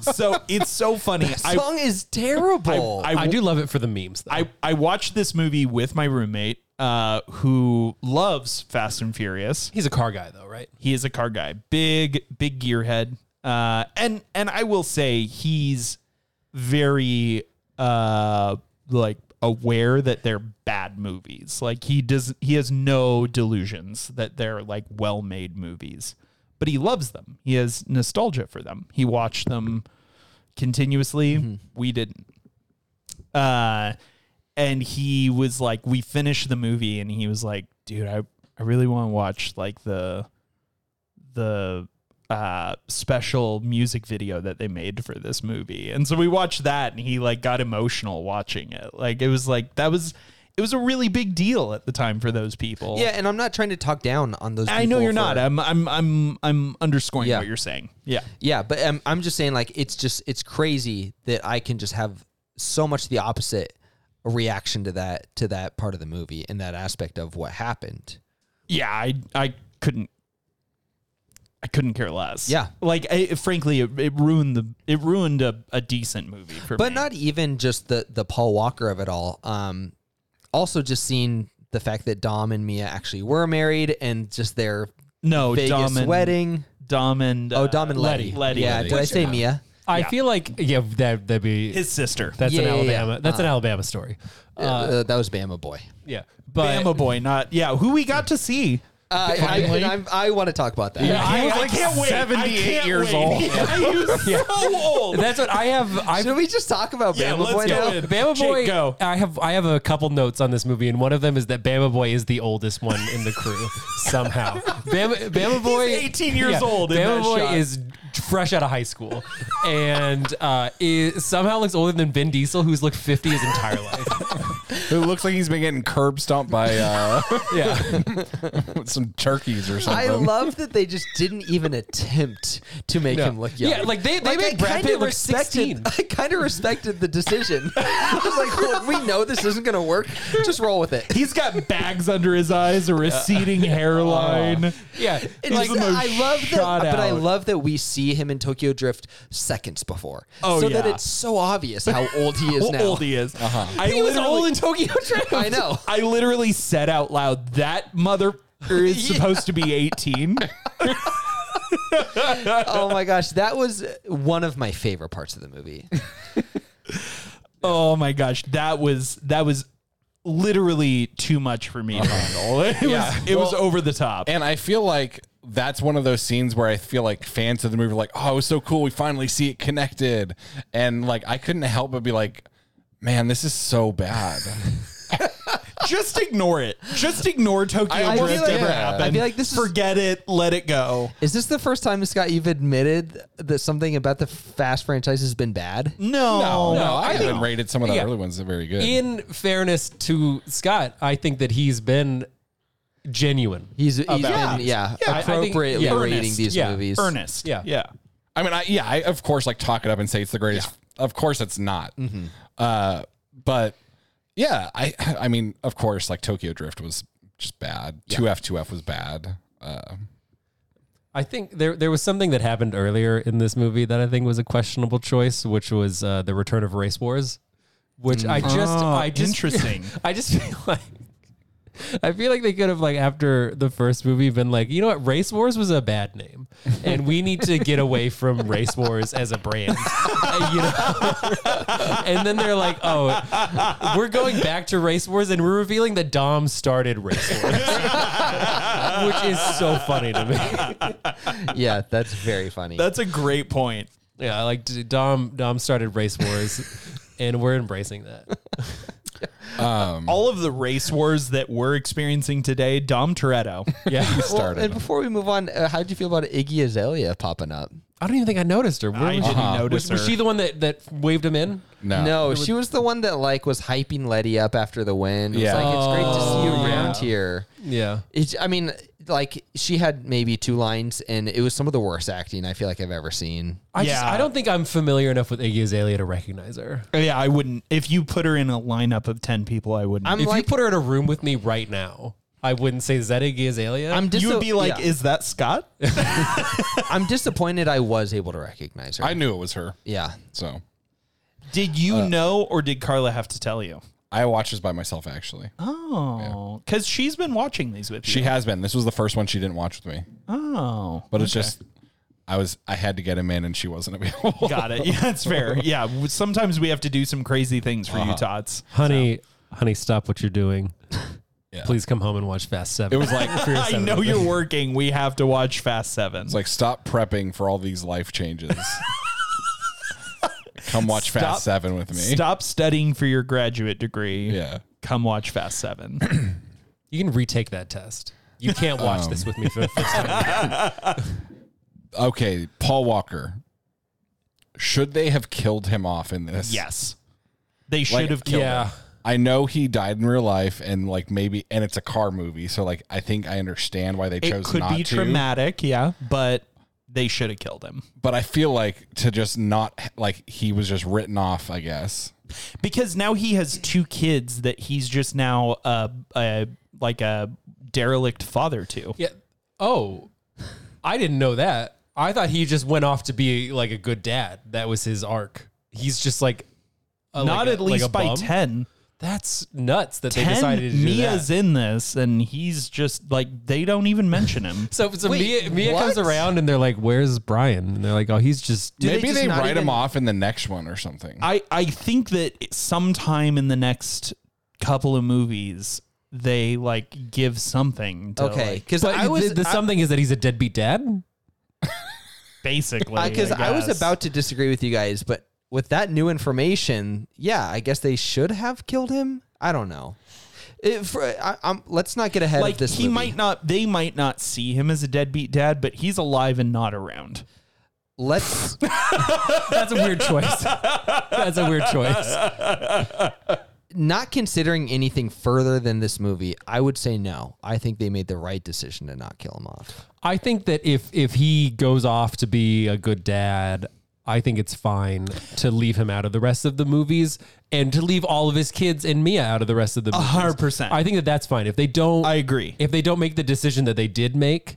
F: So it's so
E: [LAUGHS]
F: funny.
E: That
F: I,
E: song is terrible.
F: I-
D: I do love it for the memes. Though.
F: I I watched this movie with my roommate, uh, who loves Fast and Furious.
D: He's a car guy though, right?
F: He is a car guy, big big gearhead, uh, and and I will say he's very uh like aware that they're bad movies. Like he does he has no delusions that they're like well-made movies. But he loves them. He has nostalgia for them. He watched them continuously. We didn't. Uh and he was like we finished the movie and he was like, "Dude, I I really want to watch like the the uh, special music video that they made for this movie. And so we watched that and he like got emotional watching it. Like it was like that was it was a really big deal at the time for those people.
E: yeah, and I'm not trying to talk down on those.
F: I know
E: people
F: you're
E: for-
F: not. I'm I'm I'm I'm underscoring
E: Yeah.
F: what you're saying. Yeah.
E: Yeah, but um, I'm just saying, like, it's just it's crazy that I can just have so much the opposite reaction to that to that part of the movie and that aspect of what happened.
F: Yeah, I I couldn't I couldn't care less.
E: Yeah.
F: Like I, frankly it, it ruined the it ruined a, a decent movie for
E: But
F: me.
E: not even just the the Paul Walker of it all. Um, also just seeing the fact that Dom and Mia actually were married and just their
F: no
E: Vegas
F: Oh, Dom and,
E: wedding.
F: Dom and uh,
E: oh, Dom and Letty.
F: Letty.
E: Yeah, did I say Mia?
D: I feel like yeah, that that'd be
F: his sister.
D: that's
E: Yeah,
D: an
E: yeah, yeah.
D: Alabama that's an Alabama story.
F: Uh,
E: Uh, that was Bama Boy.
D: Yeah, but
F: Bama boy, not yeah. Who we got to see?
E: Uh, I, and I'm, I want to talk about that.
G: Yeah,
C: He was
G: I,
C: like
G: I can't wait.
C: 78
G: I can't
C: years
G: wait.
F: [LAUGHS]
C: old.
G: Yeah, he was so old.
D: [LAUGHS] That's what I have. I
E: Should we just talk about
G: Yeah,
E: Bama
G: let's
E: Boy
G: go
E: now?
G: in.
D: Bama
G: Jake,
D: Boy.
G: go.
D: I have. I have a couple notes on this movie, and one of them is that Bama Boy is the oldest one in
G: [LAUGHS]
D: the crew somehow. Bama, Bama Boy,
G: 18 years old in
D: Bama
G: that
D: Boy
G: shot.
D: is fresh out of high school, and uh, is, somehow looks older than Vin Diesel, who's looked 50 his
G: [LAUGHS]
D: entire life.
C: It looks like he's been getting curb stomped by uh, [LAUGHS] yeah, some turkeys or something.
E: I love that they just didn't even attempt to make him look young.
D: Yeah, like, they- they made
E: I
D: Brad
E: kinda
D: Pitt look 16.
E: respected- [LAUGHS] I kind of respected the decision. [LAUGHS] I was like, look, we know this isn't going to work. Just roll with it.
F: He's got bags under his eyes, a
E: [LAUGHS]
F: receding hairline.
D: Yeah,
E: It's
D: like
E: just- Oh. I love that,
F: shot
E: but I
F: out.
E: love that we see him in Tokyo Drift seconds before,
F: Oh,
E: so that
F: yeah.
E: it's so obvious how old he
D: [LAUGHS]
E: is
F: How
E: now. Uh-huh.
F: old he is. I
D: he was
F: literally-
D: old in Tokyo Drift. [LAUGHS]
E: I know.
F: I literally said out loud that mother is
D: [LAUGHS]
E: Yeah.
F: supposed to be 18.
E: Oh my gosh, that was one of my favorite parts of the movie.
F: oh my gosh, that was that was literally too much for me to handle. [LAUGHS] It
C: Yeah.
F: was it was
C: Well,
F: over the top.
C: And I feel like that's one of those scenes where I feel like fans of the movie are like, oh, it was so cool. We finally see it connected. And like, I couldn't help but be like, man, this is so bad.
F: Just ignore it. Just ignore Tokyo
C: I feel
F: Drift
C: like-
F: ever
C: yeah.
F: happened.
E: I feel like this is-
F: forget it. Let it go.
E: Is this the first time, Scott, you've admitted that something about the Fast franchise has been bad?
F: No,
C: no, I,
F: think-
C: haven't rated some of the
D: yeah.
C: early ones very good.
D: In fairness to Scott, I think that he's been genuine.
E: He's, he's been,
F: Yeah.
E: yeah,
F: Yeah, I think-
E: appropriately
D: yeah.
E: rating
F: Earnest.
E: these
D: Yeah.
E: movies.
F: Ernest.
D: Yeah.
F: yeah.
C: I mean, I, yeah, I of course like talk it up and say it's the greatest. Of course, it's not. Uh, but yeah, I [LAUGHS] I mean, of course, like Tokyo Drift was just bad. Two F two F was bad. Uh,
D: I think there there was something that happened earlier in this movie that I think was a questionable choice, which was uh, the return of race wars, which I just
F: Oh,
D: I just
F: interesting.
D: [LAUGHS] I just feel like. I feel like they could have like after the first movie been like, you know what, Race Wars was a bad name, and we need to get away from Race Wars as a brand. [LAUGHS] Uh, you know? [LAUGHS] and then they're like, oh, we're going back to Race Wars, and we're revealing that Dom started Race Wars, [LAUGHS] which is so funny to me.
E: [LAUGHS] Yeah, that's very funny.
F: That's a great point.
D: Yeah, like d- Dom. Dom started race wars, and we're embracing that.
F: All of the race wars that we're experiencing today, Dom Toretto.
D: Yeah,
E: Well, and before we move on, uh, how did you feel about Iggy Azalea popping up?
D: I don't even think I noticed her. Where
F: [LAUGHS] I
D: was,
F: didn't notice
D: was, was
F: her.
D: she the one that that waved him in?
C: no,
E: no, she was the one that like was hyping Letty up after the win. It
C: Yeah.
E: was like it's great to see you
D: Oh,
E: around here.
D: Yeah,
E: It's, I mean, like she had maybe two lines, and it was some of the worst acting I feel like I've ever seen.
D: I just
F: Yeah.
D: I don't think I'm familiar enough with Iggy Azalea to recognize her.
F: Oh, yeah, I wouldn't. If you put her in a lineup of 10 people, I wouldn't.
E: I'm
D: If you
E: like,
D: put her in a room with me right now, I wouldn't say is that Iggy Azalea.
E: I'm dis-
F: you would be like,
E: yeah.
F: is that
C: [LAUGHS]
F: Scott?
E: I'm disappointed I was able to recognize her.
C: I knew it was her.
E: yeah,
C: So
F: Did
C: Uh.
F: you know or did Carla have to tell you?
C: I watched this by myself actually.
F: Oh, because she's been watching these with
C: She
F: you.
C: has been. This was the first one she didn't watch with me. [LAUGHS]
F: oh,
C: But it's just I was I had to get him in and she wasn't [LAUGHS] available.
F: got it. Yeah,
C: [LAUGHS]
F: that's fair. Yeah, w- sometimes we have to do some crazy things
C: Uh-huh.
F: for you, Tots.
D: honey, honey, stop what you're doing.
C: Yeah.
D: Please come home and watch Fast Seven.
C: It was
D: [LAUGHS]
C: like it
F: I
C: [LAUGHS]
F: know you're working. We have to watch Fast Seven.
C: was like stop prepping for all these life
F: [LAUGHS]
C: changes. Come watch
F: Stop-
C: Fast Seven with me.
F: Stop studying for your graduate degree.
C: Yeah.
F: Come watch Fast
C: [CLEARS THROAT]
F: Seven.
D: you can retake that test. You can't watch this with me for the first time.
C: Okay, Paul Walker. Should they have killed him off in this?
F: yes. They should
C: Like-
F: have killed
D: yeah.
F: him.
C: I know he died in real life and like maybe and it's a car movie, so like I think I understand why they
F: It
C: chose
F: could
C: not
F: be
C: to.
F: traumatic, yeah, but they should have killed him.
C: But I feel like to just not like he was just written off, I guess.
F: because now he has two kids that he's just now uh, uh like a derelict father to.
D: Yeah. Oh, I didn't know that. I thought he just went off to be like a good dad. That was his arc. He's just like a-
F: Not
D: Uh, like a-
F: at least
D: like a
F: by
D: bum.
F: ten.
D: That's nuts that they
F: Ten
D: decided to do
F: Mia's
D: that.
F: in this, and he's just like they don't even
D: [LAUGHS]
F: mention him.
D: so so
E: Wait,
D: Mia, Mia
E: what?
D: comes around and they're like, "Where's Brian?" And they're like, "Oh, he's just
E: they
C: Maybe
E: just
C: they,
E: not
C: write him
E: even-
C: off in the next one or something.
F: I I think that sometime in the next couple of movies, they like give something. To,
E: Okay,
F: like,
E: because
D: But
E: I was
D: the, the something is that he's a deadbeat dad.
F: basically,
E: because I, was
F: guess.
E: about to disagree with you guys, but with that new information, yeah, I guess they should have killed him. I don't know. It, for, I, I'm, let's not get ahead
F: like
E: of this.
F: he
E: movie.
F: might not. They might not see him as a deadbeat dad, but he's alive and not around.
E: Let's
D: That's a weird choice. That's a weird choice.
E: not considering anything further than this movie. I would say no. I think they made the right decision to not kill him off.
D: I think that if if he goes off to be a good dad, I think it's fine to leave him out of the rest of the movies and to leave all of his kids and Mia out of the rest of the movies.
F: hundred percent.
D: I think that that's fine. If they don't,
F: I agree.
D: If they don't make the decision that they did make,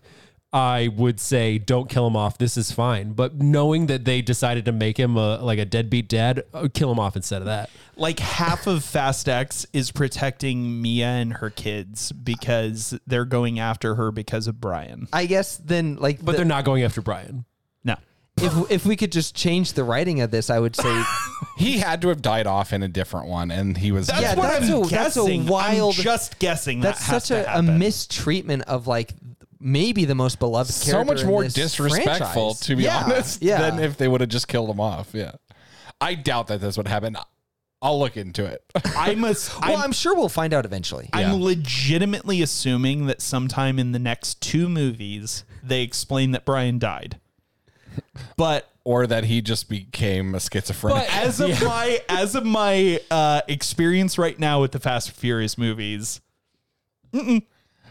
D: I would say don't kill him off. This is fine. But knowing that they decided to make him a, like a deadbeat dad, uh, kill him off instead of that.
F: like half of Fast X is protecting Mia and her kids because they're going after her because of Brian.
E: I guess then, like,
D: But
E: the-
D: they're not going after Brian.
F: No.
E: if if we could just change the writing of this, I would say
C: He had to have died off in a different one, and he was.
E: Yeah, that's a- that's a wild-
F: I'm just guessing.
E: that's
F: that has
E: such
F: to
E: a, a
F: happen.
E: mistreatment of like maybe the most beloved
C: so
E: character
C: much
E: in
C: more
E: this
C: disrespectful,
E: franchise.
C: to be
E: Yeah,
C: honest,
E: Yeah,
C: than if they would have just killed him off. Yeah, I doubt that that's what happened. I'll look into it.
F: I must.
E: well, I'm, sure we'll find out eventually.
C: Yeah.
F: I'm legitimately assuming that sometime in the next two movies they explain that Brian died. But
C: [LAUGHS] or that he just became a schizophrenic.
F: as of my as of my uh, experience right now with the Fast and Furious movies,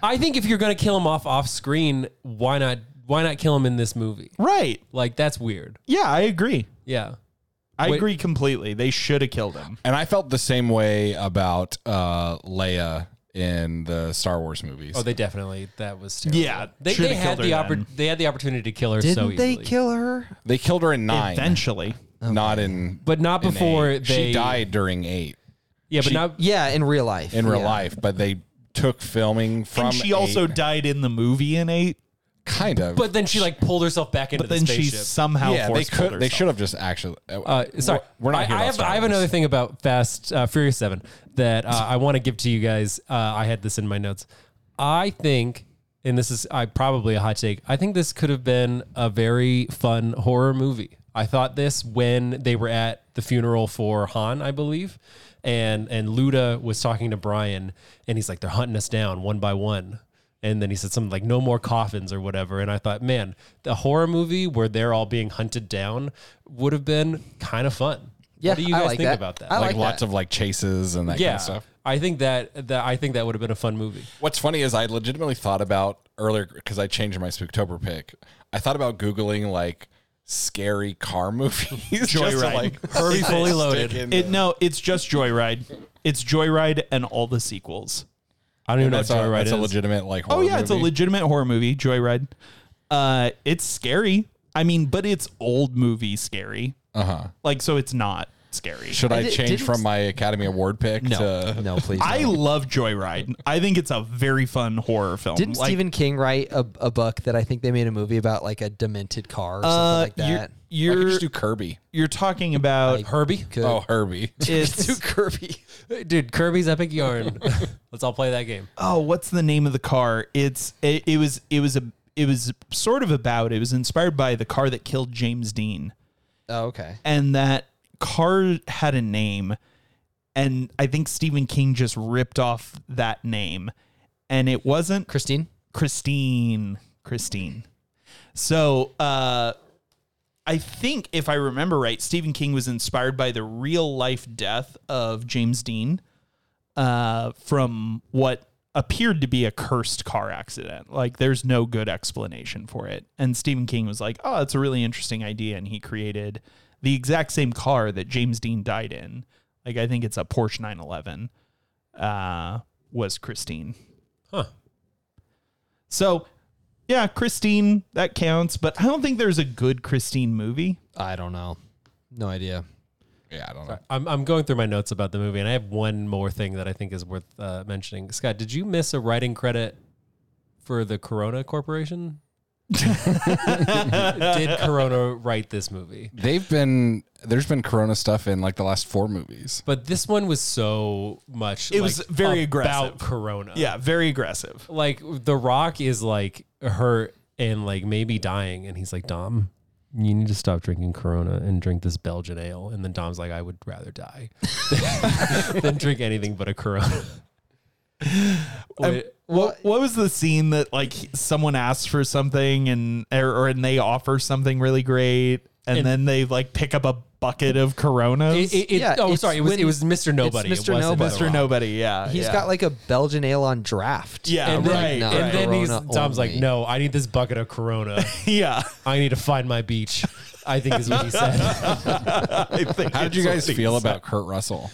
D: I think if you're going to kill him off off screen, why not? Why not kill him in this movie?
F: right?
D: Like that's weird.
F: Yeah, I agree.
D: Yeah.
F: I
D: Wait.
F: agree completely. They should have killed him.
C: and I felt the same way about uh, Leia in the Star Wars movies.
D: Oh, they definitely that was terrible.
F: Yeah,
D: They,
F: shoulda
D: they had
F: killed her
D: the
F: then.
D: oppor- they had the opportunity to kill her
E: Didn't
D: so
E: they
D: easily.
E: kill her?
C: They killed her in nine,
F: Eventually,
C: not in.
D: but not
C: in
D: before
C: eight.
D: they
C: she died during eight
D: Yeah, but not
E: Yeah, in real life.
C: in real
E: Yeah.
C: life, but they took filming from.
F: and she also
C: eight,
F: died in the movie in eight.
C: kind of.
D: but then she like pulled hersof back into
F: But
D: the
F: then she
D: spaceship.
F: somehow
C: yeah, they
F: forced
C: could. They
F: herself.
C: should have just actually.
D: uh, sorry,
C: we're not
D: I,
C: here
D: I
C: about
D: have
C: Star
D: I have
C: Wars.
D: another thing about Fast uh, Furious Seven that uh, I want to give to you guys. Uh, I had this in my notes. I think, and this is I probably a hot take. I think this could have been a very fun horror movie. I thought this when they were at the funeral for Han, I believe, and and Luda was talking to Brian, and he's like, "They're hunting us down one by one." And then he said something like "No more coffins" or whatever, and I thought, man, the horror movie where they're all being hunted down would have been kind of fun.
E: Yeah,
D: what do you
E: I
D: guys
E: like
D: think
E: that.
D: about that?
E: I
C: like,
E: like
C: lots
E: that.
C: of like chases and that
D: yeah,
C: kind of stuff.
D: I think that that I think that would have been a fun movie.
C: What's funny is I legitimately thought about earlier because I changed my Spooktober pick. I thought about googling like scary car [LAUGHS] movies. just to,
F: Joyride. [LAUGHS]
C: stick
D: Fully
C: in
D: Loaded.
C: the-
F: It, no, it's just Joyride. It's Joyride and all the sequels.
D: I don't even know what
C: that's, a,
D: Joyride
C: that's
D: is.
C: a legitimate like.
F: Oh
C: horror
F: yeah, it's a
C: movie.
F: legitimate horror movie, Joyride. Uh, it's scary. I mean, but it's old movie scary. Uh
C: Uh-huh.
F: huh. Like so, it's not scary.
C: Should I
E: Did-
C: change
E: didn't-
C: from my Academy Award pick to?
E: No, please.
F: I
E: don't.
F: love Joyride. I think it's a very fun horror film.
E: Didn't
F: Like,
E: Stephen King write a, a book that I think they made a movie about like a demented car or
F: uh,
E: something like that?
C: I
F: You're
C: could
F: you're,
C: just do Kirby.
F: you're talking about
D: Herbie,
E: Good. [LAUGHS]
C: Oh, Herbie. [LAUGHS]
E: Too
F: it's,
E: Kirby.
D: dude, Kirby's Epic Yarn. Let's all play that game.
F: oh, what's the name of the car? It's it, it was it was a it was sort of about it was inspired by the car that killed James Dean.
E: [LAUGHS] Oh, okay.
F: and that car had a name and i think stephen king just ripped off that name and it wasn't
E: Christine.
F: christine christine so uh i think if i remember right stephen king was inspired by the real life death of james dean uh from what appeared to be a cursed car accident like there's no good explanation for it and stephen king was like oh that's a really interesting idea and he created the exact same car that james dean died in like i think it's a porsche 911 uh was christine
D: Huh.
F: so, yeah, Christine, that counts, but I don't think there's a good Christine movie.
E: I don't know. No idea.
C: Yeah, I don't know.
D: I'm, I'm going through my notes about the movie, and I have one more thing that I think is worth
F: [LAUGHS]
D: uh, mentioning. Scott, did you miss a writing credit for the Corona Corporation? Did Corona write this movie?
C: They've been there's been Corona stuff in like the last four movies.
D: But this one was so much.
F: It was
D: like, about
F: very aggressive.
D: Corona.
F: Yeah, very aggressive.
D: like The Rock is like hurt and like maybe dying, and he's like Dom. You need to stop drinking Corona and drink this Belgian ale. And then Dom's like, I would rather die [LAUGHS] than drink anything but a Corona. Um, Wait,
F: What what was the scene that like someone asks for something and or, or- and they offer something really great and,
D: And-
F: then they like pick up a bucket of Coronas?
D: it, it, it-
E: Yeah,
D: oh,
E: it's
D: sorry. It was,
E: when-
D: it was Mr. Nobody.
E: Mr.
D: It wasn't
E: Nobody.
D: The
F: Mr.
D: Rock.
F: Nobody, yeah.
E: He's
F: He's
E: got like a Belgian ale on draft.
F: Yeah,
D: And
E: I'm
D: then,
E: like,
F: right.
E: no,
F: right.
D: and then he's
E: Corona
D: Dom's like,
E: only.
D: no, I need this bucket of Corona.
F: [LAUGHS] yeah.
D: I need to find my beach. I think is what he said.
F: I think
C: How did
F: it's
C: you guys
F: what he
C: feel
F: said.
C: about Kurt Russell?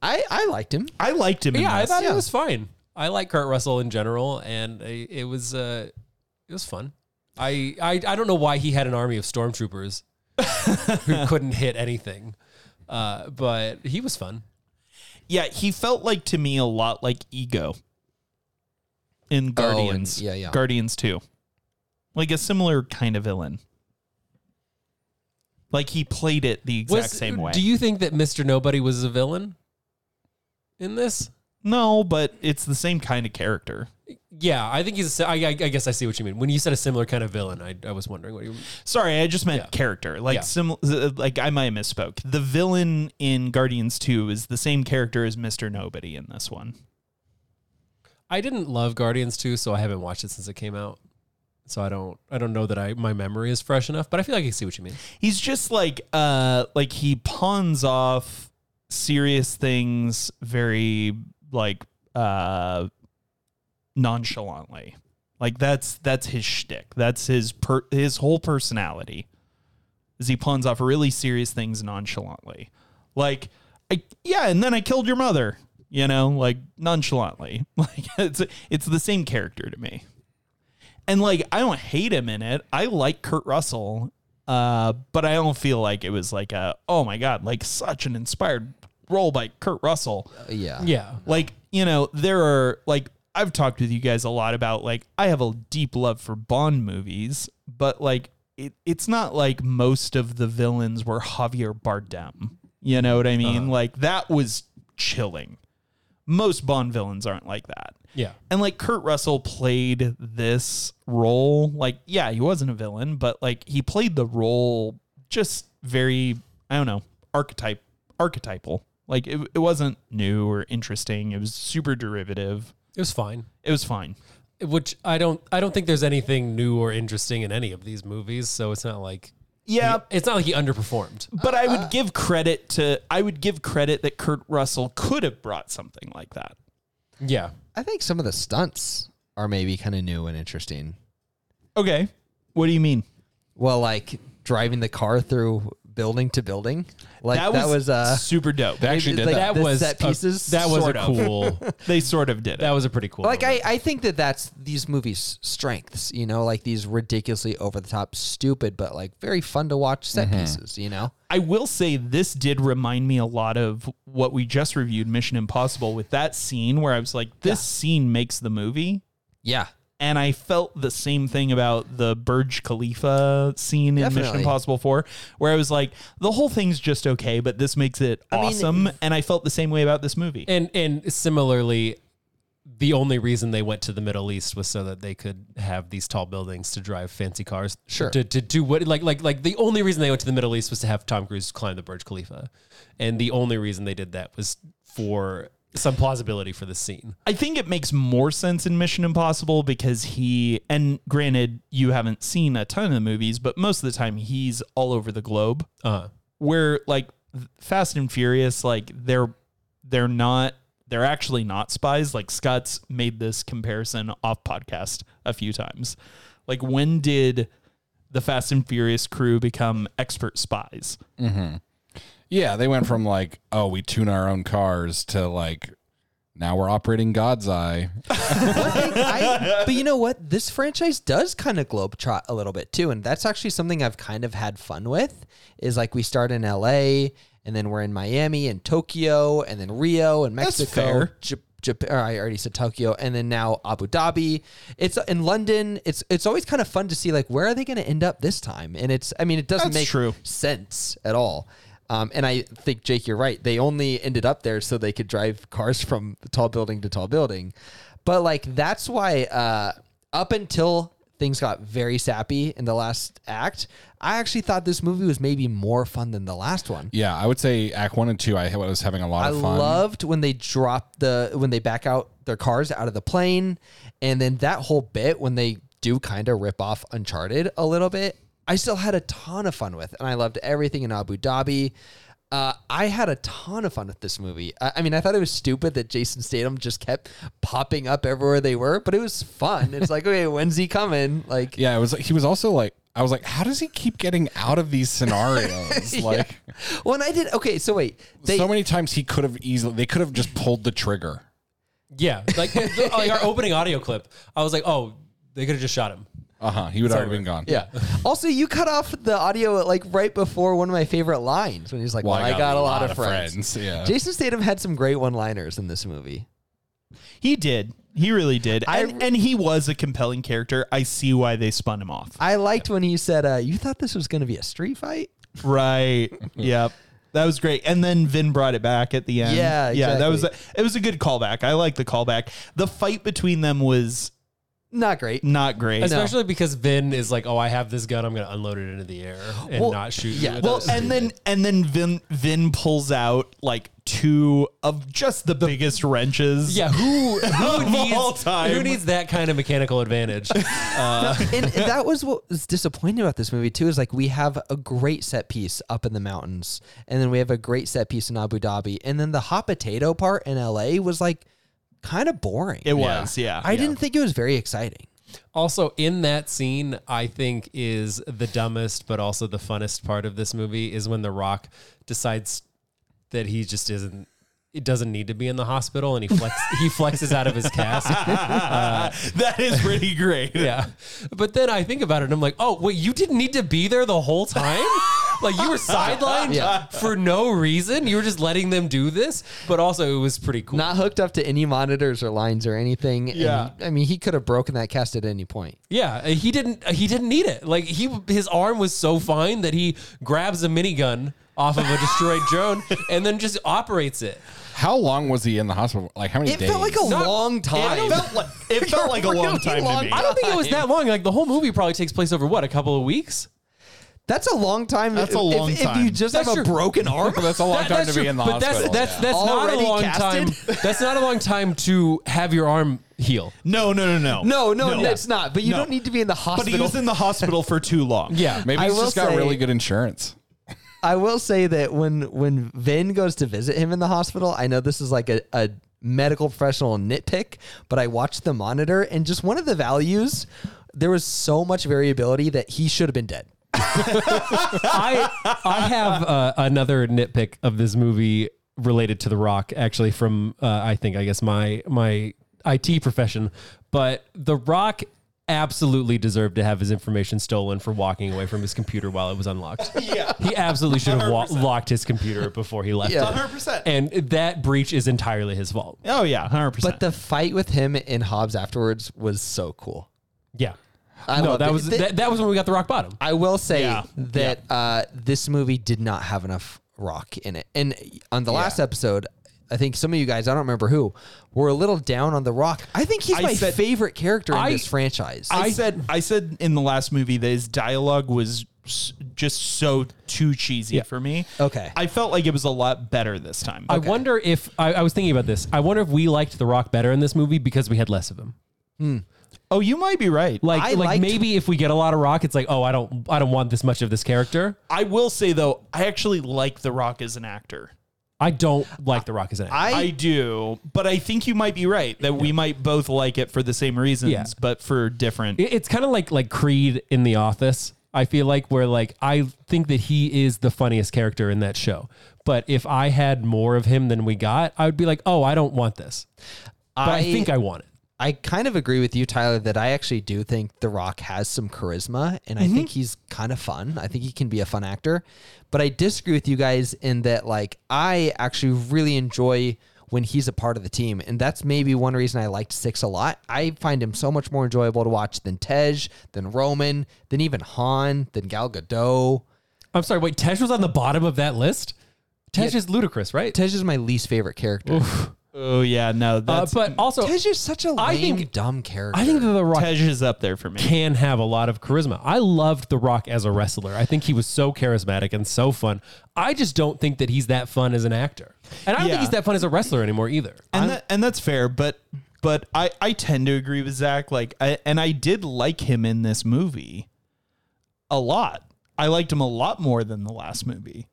E: I, I liked him.
F: I liked him.
D: yeah,
F: in
D: I
F: this.
D: thought
E: Yeah.
D: it was fine. I like Kurt Russell in general, and I, it was uh, it was fun. I, I I don't know why he had an army of stormtroopers
F: [LAUGHS]
D: who couldn't hit anything, uh, but he was fun.
F: yeah, he felt like to me a lot like Ego
D: Oh,
F: in Guardians.
E: yeah, yeah.
F: Guardians 2. Like a similar kind of villain. Like he played it the exact
D: Was- uh,
F: same way.
D: Do you think that Mr. Nobody was a villain in this?
F: no, but it's the same kind of character.
D: Yeah, I think he's. A, si- I, I, I guess I see what you mean. When you said a similar kind of villain, I, I was wondering what you.
F: Sorry, I just meant
D: Yeah.
F: character. Like
D: Yeah.
F: sim- uh, like I might have misspoke. The villain in Guardians 2 is the same character as Mr. Nobody in this one.
D: I didn't love Guardians 2, so I haven't watched it since it came out. So I don't. I don't know that I my memory is fresh enough, but I feel like I see what you mean.
F: he's just like uh like he pawns off serious things very like uh nonchalantly like that's that's his shtick that's his per- his whole personality is he pawns off really serious things nonchalantly like I, yeah and then i killed your mother you know like nonchalantly [LAUGHS] like it's it's the same character to me and like I don't hate him in it. I like Kurt Russell, uh, but I don't feel like it was like a oh my god, like such an inspired role by Kurt Russell.
E: Yeah.
D: Yeah,
F: Like you know, there are like I've talked with you guys a lot about like I have a deep love for Bond movies, but like it, it's not like most of the villains were Javier Bardem. You know what I mean? Like that was chilling. Most Bond villains aren't like that.
D: yeah.
F: And like Kurt Russell played this role. Like, yeah, he wasn't a villain, but like he played the role just very, I don't know, archetype archetypal. Like it, it wasn't new or interesting. It was super derivative.
D: It was fine.
F: It was fine.
D: Which I don't. I don't think there's anything new or interesting in any of these movies. So it's not like.
F: Yeah.
D: It's not like he underperformed.
F: But I would give credit to I would give credit that Kurt Russell could have brought something like that.
D: Yeah.
E: I think some of the stunts are maybe kind of new and interesting.
F: Okay. What do you mean?
E: Well, like driving the car through building to building. Like that, was, uh
F: super dope.
C: They actually did
E: like-
C: that.
D: That
E: The
D: was
E: set
D: a-
E: pieces,
D: that was
F: sort
D: a
F: of.
D: cool.
F: [LAUGHS] they sort of did it.
D: that was a pretty cool.
E: like
D: moment.
E: I, I think that that's these movies strengths you know like these ridiculously over the top stupid but like very fun to watch set
F: Mm-hmm.
E: pieces you know
F: I will say this did remind me a lot of what we just reviewed, Mission Impossible, with that scene where I was like, this scene makes the movie.
E: yeah
F: And I felt the same thing about the Burj Khalifa scene in Mission
E: Definitely.
F: Impossible 4, where I was like, the whole thing's just okay, but this makes it
E: mean,
F: awesome. and I felt the same way about this movie.
D: And and similarly, the only reason they went to the Middle East was so that they could have these tall buildings to drive fancy cars.
E: Sure.
D: To, to do what like like like the only reason they went to the Middle East was to have Tom Cruise climb the Burj Khalifa, and the only reason they did that was for some plausibility for the scene.
F: I think it makes more sense in Mission Impossible because he, and granted, you haven't seen a ton of the movies, but most of the time he's all over the globe.
D: Uh,
F: where like Fast and Furious, like they're they're not they're actually not spies. Like Scott's made this comparison off podcast a few times. Like when did the Fast and Furious crew become expert spies?
C: Yeah, they went from like, oh, we tune our own cars to like now we're operating God's Eye.
E: I, but you know what this franchise does kind of globetrot a little bit too and that's actually something i've kind of had fun with is like we start in la and then we're in miami and tokyo and then rio and mexico
F: fair.
E: J- Japan. Or I already said Tokyo, and then now Abu Dhabi. It's in London. It's it's always kind of fun to see like where are they going to end up this time? And it's I mean it doesn't
F: That's
E: make
F: true.
E: sense at all. Um, and I think Jake, you're right. They only ended up there so they could drive cars from tall building to tall building. But like that's why uh, up until things got very sappy in the last act, I actually thought this movie was maybe more fun than the last one.
C: Yeah, I would say Act One and Two. I was having a lot
E: I
C: of fun.
E: loved when they drop the when they back out their cars out of the plane, and then that whole bit when they do kind of rip off Uncharted a little bit. I still had a ton of fun with, and I loved everything in Abu Dhabi. Uh, I had a ton of fun with this movie. I, I mean, I thought it was stupid that Jason Statham just kept popping up everywhere they were, but it was fun. It's like, [LAUGHS] okay, when's he coming? Like,
C: yeah, it was. He was also like, I was like, how does he keep getting out of these
E: [LAUGHS]
C: scenarios? Like
E: when I did, okay, so wait, they,
C: so many times he could have easily, they could have just pulled the trigger.
D: Yeah, like, [LAUGHS] like our opening audio clip. I was like, oh, they could have just shot him.
C: Uh huh. He would already been gone.
E: Yeah. [LAUGHS] also, you cut off the audio like right before one of my favorite lines when he's like, "Well, I, got a lot, of friends." [LAUGHS]
C: Yeah.
E: Jason Statham had some great one-liners in this movie.
F: He did. He really did.
E: I-
F: and, and he was a compelling character. I see why they spun him off.
E: I liked when he said, uh, "You thought this was going to be a street fight?"
F: [LAUGHS] Right. yep. That was great. And then Vin brought it back at the end.
E: Yeah,
F: Yeah. That was a,
E: exactly.
F: it was a good callback. I like the callback. The fight between them was
E: Not great.
F: not great.
D: Especially because Vin is like, oh, I have this gun. I'm going to unload it into the air and
E: Well,
D: not shoot
E: yeah.
D: you.
F: Well,
D: [LAUGHS]
F: and then and then Vin Vin pulls out like two of just the, biggest wrenches.
D: yeah, who who needs
F: all time.
D: who [LAUGHS] needs that kind of mechanical advantage?
E: and that was what was disappointing about this movie too. Is like we have a great set piece up in the mountains, and then we have a great set piece in Abu Dhabi, and then the hot potato part in L.A. was like kind of boring.
F: It was, yeah.
E: I didn't think it was very exciting.
D: [LAUGHS] Also, in that scene, I think is the dumbest but also the funnest part of this movie is when The Rock decides that he just isn't. It doesn't need to be in the hospital, and he flex he flexes out of his cast.
F: that is [LAUGHS] pretty great.
D: Yeah, but then I think about it, and I'm like, oh, wait, you didn't need to be there the
C: [LAUGHS]
D: whole time. Like you were sidelined
E: Yeah.
D: for no reason. You were just letting them do this, but also it was pretty cool.
E: Not hooked up to any monitors or lines or anything.
F: Yeah.
E: And, I mean, he could have broken that cast at any point.
D: Yeah, uh, he didn't. He didn't need it. Like he, his arm was so fine that he grabs a minigun off of a
C: [LAUGHS]
D: destroyed drone and then just operates it.
C: How long was he in the hospital? Like how many
E: It
C: days?
E: felt like a
D: Not-
E: long time.
F: It felt like, it felt like a long time to me.
D: I don't think it was that long. Like the whole movie probably takes place over what a couple of weeks.
E: That's a long time.
F: That's a
E: if-
F: long
E: if, If you
F: time.
E: just
D: That's
E: have
D: your-
E: a [LAUGHS] broken arm,
C: [LAUGHS] That's a long
D: That-
C: time
D: [LAUGHS] that's
C: to be
D: true,
C: in the
D: but
C: hospital.
D: That's that's, that's not a
E: Already
D: long
E: casted?
D: time. That's not a long time to have your arm heal.
F: No, no, no, no.
E: no, no, it's not. But you
F: No.
E: don't need to be in the
F: But
E: hospital.
F: he was in the hospital for too long.
D: Yeah,
C: yeah. Maybe
E: I
C: he's
E: will
C: just got
E: say-
C: really good insurance.
E: I will say that when when Vin goes to visit him in the hospital, I know this is like a, a medical professional nitpick, but I watched the monitor and just one of the values, there was so much variability that he should have been dead.
D: I I have uh, another nitpick of this movie related to The Rock, actually from uh, I think I guess my my IT profession, but The Rock absolutely deserved to have his information stolen for walking away from his computer while it was unlocked. Yeah, he absolutely should have wa- locked his computer before he left.
E: Yeah.
D: it.
F: 100%.
D: and that breach is entirely his fault.
F: Oh yeah, hundred percent.
E: But the fight with him in Hobbs afterwards was so cool.
D: Yeah,
E: I
D: no,
E: loved
D: that
E: it.
D: was
E: Th-
D: that, that was when we got the rock bottom.
E: I will say
F: Yeah.
E: that Uh, this movie did not have enough rock in it. And on the last episode, I think some of you guys, I don't remember who, were a little down on The Rock. I think he's
F: I
E: my
F: said-
E: favorite character in
D: I-
E: this franchise.
F: I, said I said in the last movie that his dialogue was s- just so too cheesy for me.
E: Okay.
F: I felt like it was a lot better this time.
D: I wonder if I, I was thinking about this. I wonder if we liked The Rock better in this movie because we had less of him.
F: oh, you might be right.
D: Like,
E: I
D: like
E: liked-
D: maybe if we get a lot of rock, it's like, oh, I don't, I don't want this much of this character.
F: I will say though, I actually like The Rock as an actor.
D: I don't like the rock as an actor.
F: I, do, but I think you might be right that we might both like it for the same reasons,
D: Yeah.
F: but for different.
D: It- it's kind of like like Creed in The Office. I feel like where like I think that he is the funniest character in that show. But if I had more of him than we got, I would be like, oh, I don't want this. But I,
E: I-
D: think I want it.
E: I kind of agree with you, Tyler, that I actually do think The Rock has some charisma, and
D: Mm-hmm.
E: I think he's kind of fun. I think he can be a fun actor, but I disagree with you guys in that, like, I actually really enjoy when he's a part of the team. And that's maybe one reason I liked Six a lot. I find him so much more enjoyable to watch than Tej, than Roman, than even Han, than Gal Gadot.
D: I'm sorry. Wait, Tej was on the bottom of that list. Tej
E: Yeah.
D: is ludicrous, right?
E: Tej is my least favorite character.
F: Oh yeah, no,
D: Uh,
F: that's
D: but also,
E: Tej is such a lame,
D: I think-
E: dumb character.
D: I think that The Rock
F: Tej is up there for me.
D: can have a lot of charisma. I loved The Rock as a wrestler. I think he was so charismatic and so fun. I just don't think that he's that fun as an actor. And I don't
F: Yeah.
D: think he's that fun as a wrestler anymore either.
F: and that, and that's fair, but but I I tend to agree with Zach. Like, I, and I did like him in this movie a lot. I liked him a lot more than the last movie.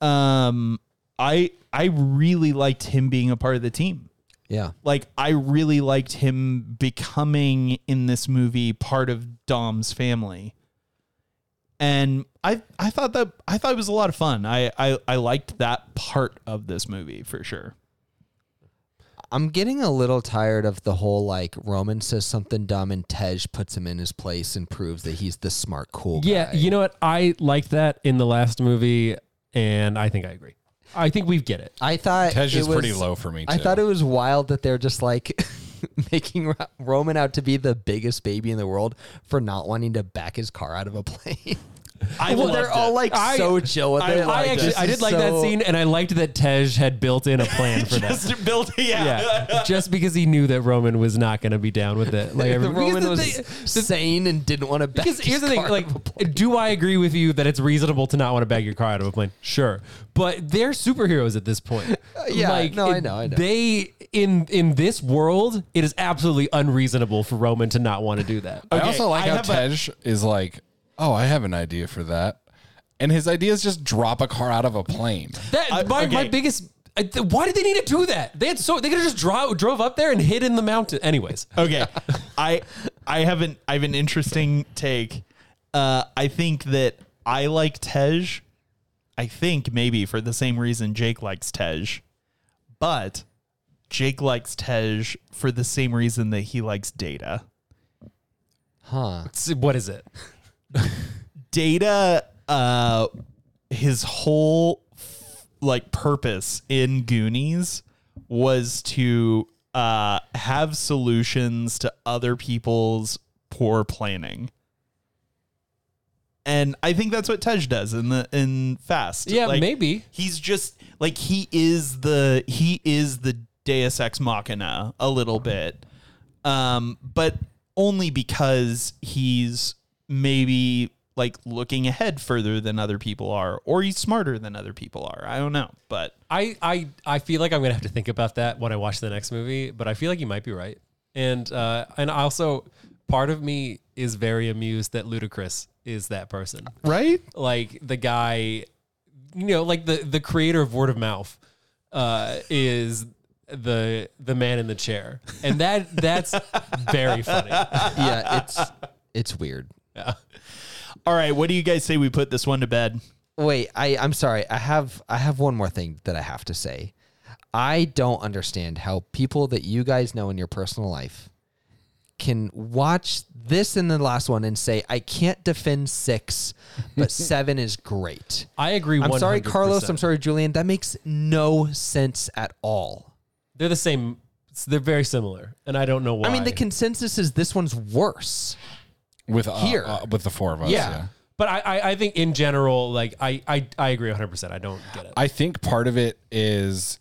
F: Um, I I really liked him being a part of the team.
E: yeah.
F: Like, I really liked him becoming in this movie part of Dom's family. And I I thought that I thought it was a lot of fun. I I, I liked that part of this movie for sure.
E: I'm getting a little tired of the whole like Roman says something dumb and Tej puts him in his place and proves that he's the smart, cool guy.
D: Yeah, you know what? I liked that in the last movie, and I think I agree. I think we get it.
E: I thought
C: Tej
E: it
C: is pretty
E: was-
C: low for me. Too.
E: I thought it was wild that they're just like [LAUGHS] making Ro- Roman out to be the biggest baby in the world for not wanting to back his car out of a [LAUGHS] plane.
F: I
E: well,
F: loved
E: they're
F: it.
E: all like
D: I-
E: so chill with it.
D: I
E: like,
D: actually
E: this
D: I
E: is
D: did like that
E: so-
D: scene, and I liked that Tej had built in a plan
E: [LAUGHS]
D: for that.
F: just build yeah.
D: Yeah, just because he knew that Roman was not going to be down with
E: [LAUGHS]
D: it. Like
E: The
D: every- because
E: Roman was
D: thing-
E: sane and didn't want to back.
D: Because
E: His
D: here's the thing,
E: car
D: like,
E: out of
D: [LAUGHS]
E: a plane.
D: do I agree with you that it's reasonable to not want to bag your car out of a plane? Sure, but they're superheroes at this
E: [LAUGHS]
D: point.
E: Uh, yeah, no, I know, I know.
D: They in in this world, it is absolutely unreasonable for Roman to not want to do that.
C: I also like
F: I
C: how
F: have a-
C: Tej is like, oh, I have an idea for that. And his idea is just drop a car out of a plane.
D: That my, my
F: okay.
D: biggest. I, th- why did they need to do that? They had so they could have just draw, drove up there and hid in the mountain. Anyways,
F: Okay. I I have an I have an interesting take. Uh I think that I like Tej. I think maybe for the same reason Jake likes Tej. But Jake likes Tej for the same reason that he likes Data.
E: huh?
D: S- what is it?
F: Data uh his whole f- like purpose in Goonies was to uh have solutions to other people's poor planning. And I think that's what Tej does in the in Fast.
D: Yeah,
F: Like,
D: maybe.
F: He's just like he is the he is the Deus ex machina a little bit. Um but only because he's maybe like looking ahead further than other people are or he's smarter than other people are. I don't know, but
D: I, I I feel like I'm gonna have to think about that when I watch the next movie, but I feel like you might be right. And uh, and also part of me is very amused that Ludacris is that person.
F: right?
D: Like the guy you know, like the, the creator of word of mouth uh, is the the man in the chair. And that that's very funny.
E: Yeah, it's it's weird.
F: All right, what do you guys say we put this one to bed?
E: Wait, I I'm sorry. I have I have one more thing that I have to say. I don't understand how people that you guys know in your personal life can watch this and the last one and say I can't defend 6, but 7 is great.
D: I agree
E: I'm sorry
D: 100%.
E: Carlos, I'm sorry Julian, that makes no sense at all.
D: They're the same they're very similar. And I don't know why.
E: I mean, the consensus is this one's worse.
C: With uh,
E: Here.
C: uh, with the four of us.
E: Yeah.
C: yeah.
D: but I, I, I think in general, like I, I, I agree hundred percent. I don't get it.
C: I think part of it is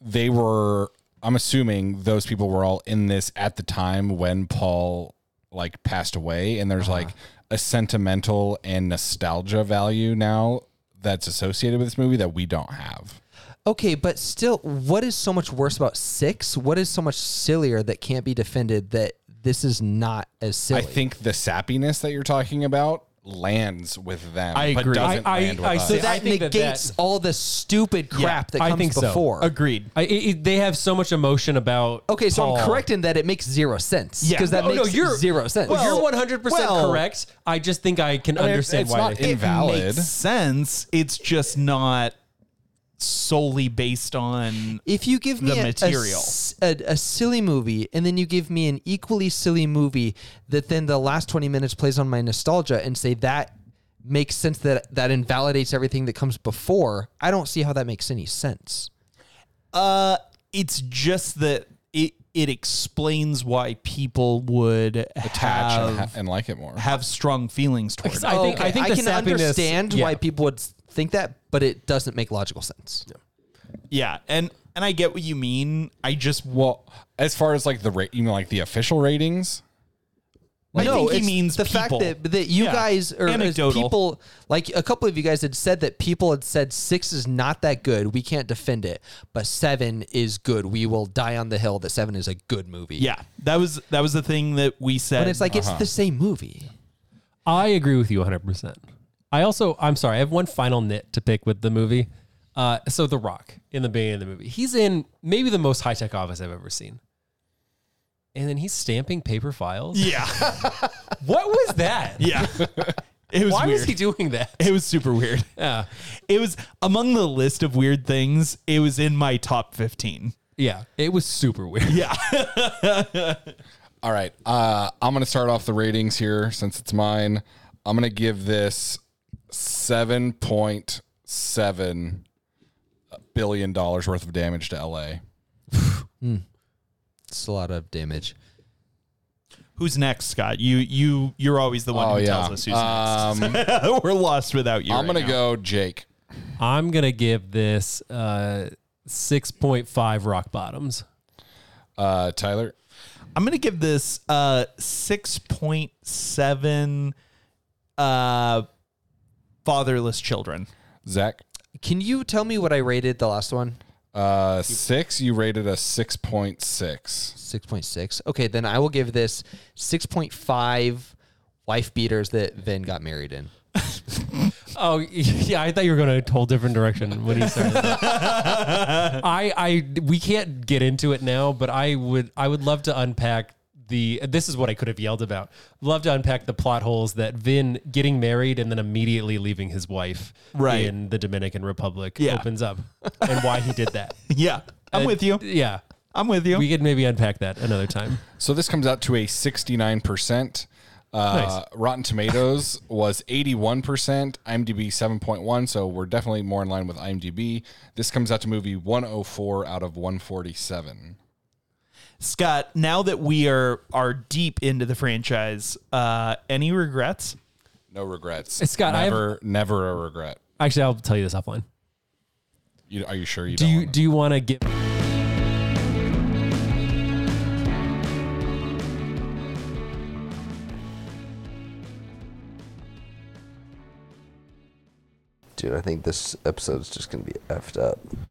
C: they were. I'm assuming those people were all in this at the time when Paul like passed away, and
E: Uh-huh.
C: there's like a sentimental and nostalgia value now that's associated with this movie that we don't have.
E: Okay, but still, what is so much worse about six? What is so much sillier that can't be defended that this is not as silly?
C: I think the sappiness that you're talking about lands with them.
F: I
C: but
F: agree.
C: doesn't
D: I- I-
C: land with
D: I-
C: us.
D: so
E: that
D: I think that
E: negates all the stupid crap that
D: I
E: comes
D: think so.
E: before.
F: Agreed.
D: I, it, it- they have so much emotion about.
E: Okay, so I'm
D: Paul.
E: correct in that it makes zero sense.
F: Yeah.
E: because that
D: Oh,
E: makes
D: no, you're
E: zero sense.
D: Well, you're 100 percent
F: well-
D: correct. I just think I can
C: mean,
D: understand
C: it's
D: why.
C: not
D: they think-
C: invalid.
F: Makes sense. It's just not solely based on
E: if you give me
F: The
E: a- a
F: material.
E: s- a, a silly movie and then you give me an equally silly movie that then the last 20 minutes plays on my nostalgia and say that makes sense that that invalidates everything that comes before i don't see how that makes any sense
F: it's just that it it explains why people would
C: attach and, ha-
F: have
C: and like it more.
F: have strong feelings toward it.
D: I think I think the
E: can
D: sappiness-
E: understand
D: yeah.
E: why people would think that, but it doesn't make logical sense.
F: Yeah, and and I get what you mean. I just
C: well, as far as like the rate, you mean like the official ratings?
F: I think he
E: it's
F: means
E: the
F: people.
E: fact that, that you
F: Yeah.
E: guys or as
F: Anecdotal.
E: people like a couple of you guys had said that people had said six is not that good. We can't defend it, but seven is good. We will die on the hill that seven is a good movie.
F: yeah, Uh-huh. that was that was the thing that we said.
E: and it's like it's the same movie.
D: I agree with you 100%. I also, I'm sorry, I have one final nit to pick with the movie. Uh, so, The Rock in the beginning of the movie, he's in maybe the most high tech office I've ever seen. And then he's stamping paper
F: [LAUGHS]
D: files.
F: [LAUGHS] yeah,
D: What was that? [LAUGHS]
F: yeah. It was
D: Why
F: weird.
D: was he doing that?
F: [LAUGHS] it was super weird.
D: [LAUGHS] Yeah.
F: It was among the list of weird things. It was in my top fifteen.
D: Yeah. It was super weird.
F: Yeah,
C: All right. Uh, I'm going to start off the ratings here since it's mine. I'm going to give this $7.7 billion dollars worth of damage to LA.
E: It's a lot of damage.
F: who's next, Scott? You you you're always the one
C: Oh,
F: who
C: yeah. Um,
F: tells us who's next. [LAUGHS] We're lost without you.
C: I'm
F: right
C: going to
F: now.
C: go Jake.
D: I'm going to give this uh, 6.5 rock bottoms.
C: Uh, Tyler,
F: I'm gonna give this uh six point seven uh fatherless children. [LAUGHS]
C: Zach,
E: Can you tell me what I rated the last one?
C: uh, six. You rated a 6.6.
E: 6.6. Okay, then I will give this 6.5 wife beaters that Vin got married in.
D: Oh [LAUGHS] yeah, I thought you were going a whole different direction when you started. that. [LAUGHS] I I we can't get into it now, but I would I would love to unpack the. This is what I could have yelled about. Love to unpack the plot holes that Vin getting married and then immediately leaving his wife
F: Right.
D: in the Dominican Republic
F: Yeah.
D: opens up, and why he did [LAUGHS] that.
F: Yeah. I'm
D: Uh,
F: with you.
D: Yeah,
F: I'm with you.
D: we could maybe unpack that another time.
C: So this comes out to a 69%. Uh, Rotten Tomatoes [LAUGHS] was 81%, IMDb 7.1. So we're definitely more in line with IMDb. This comes out to movie 104 out of 147.
F: Scott, now that we are are deep into the franchise, uh any regrets?
C: No regrets.
D: Scott, I have-
C: never, never a regret.
D: Actually, I'll tell you this offline.
C: You, are you sure you
D: Do
C: don't
D: you
C: wanna-
D: do you want to get?
H: Dude, I think this episode's just gonna be effed up.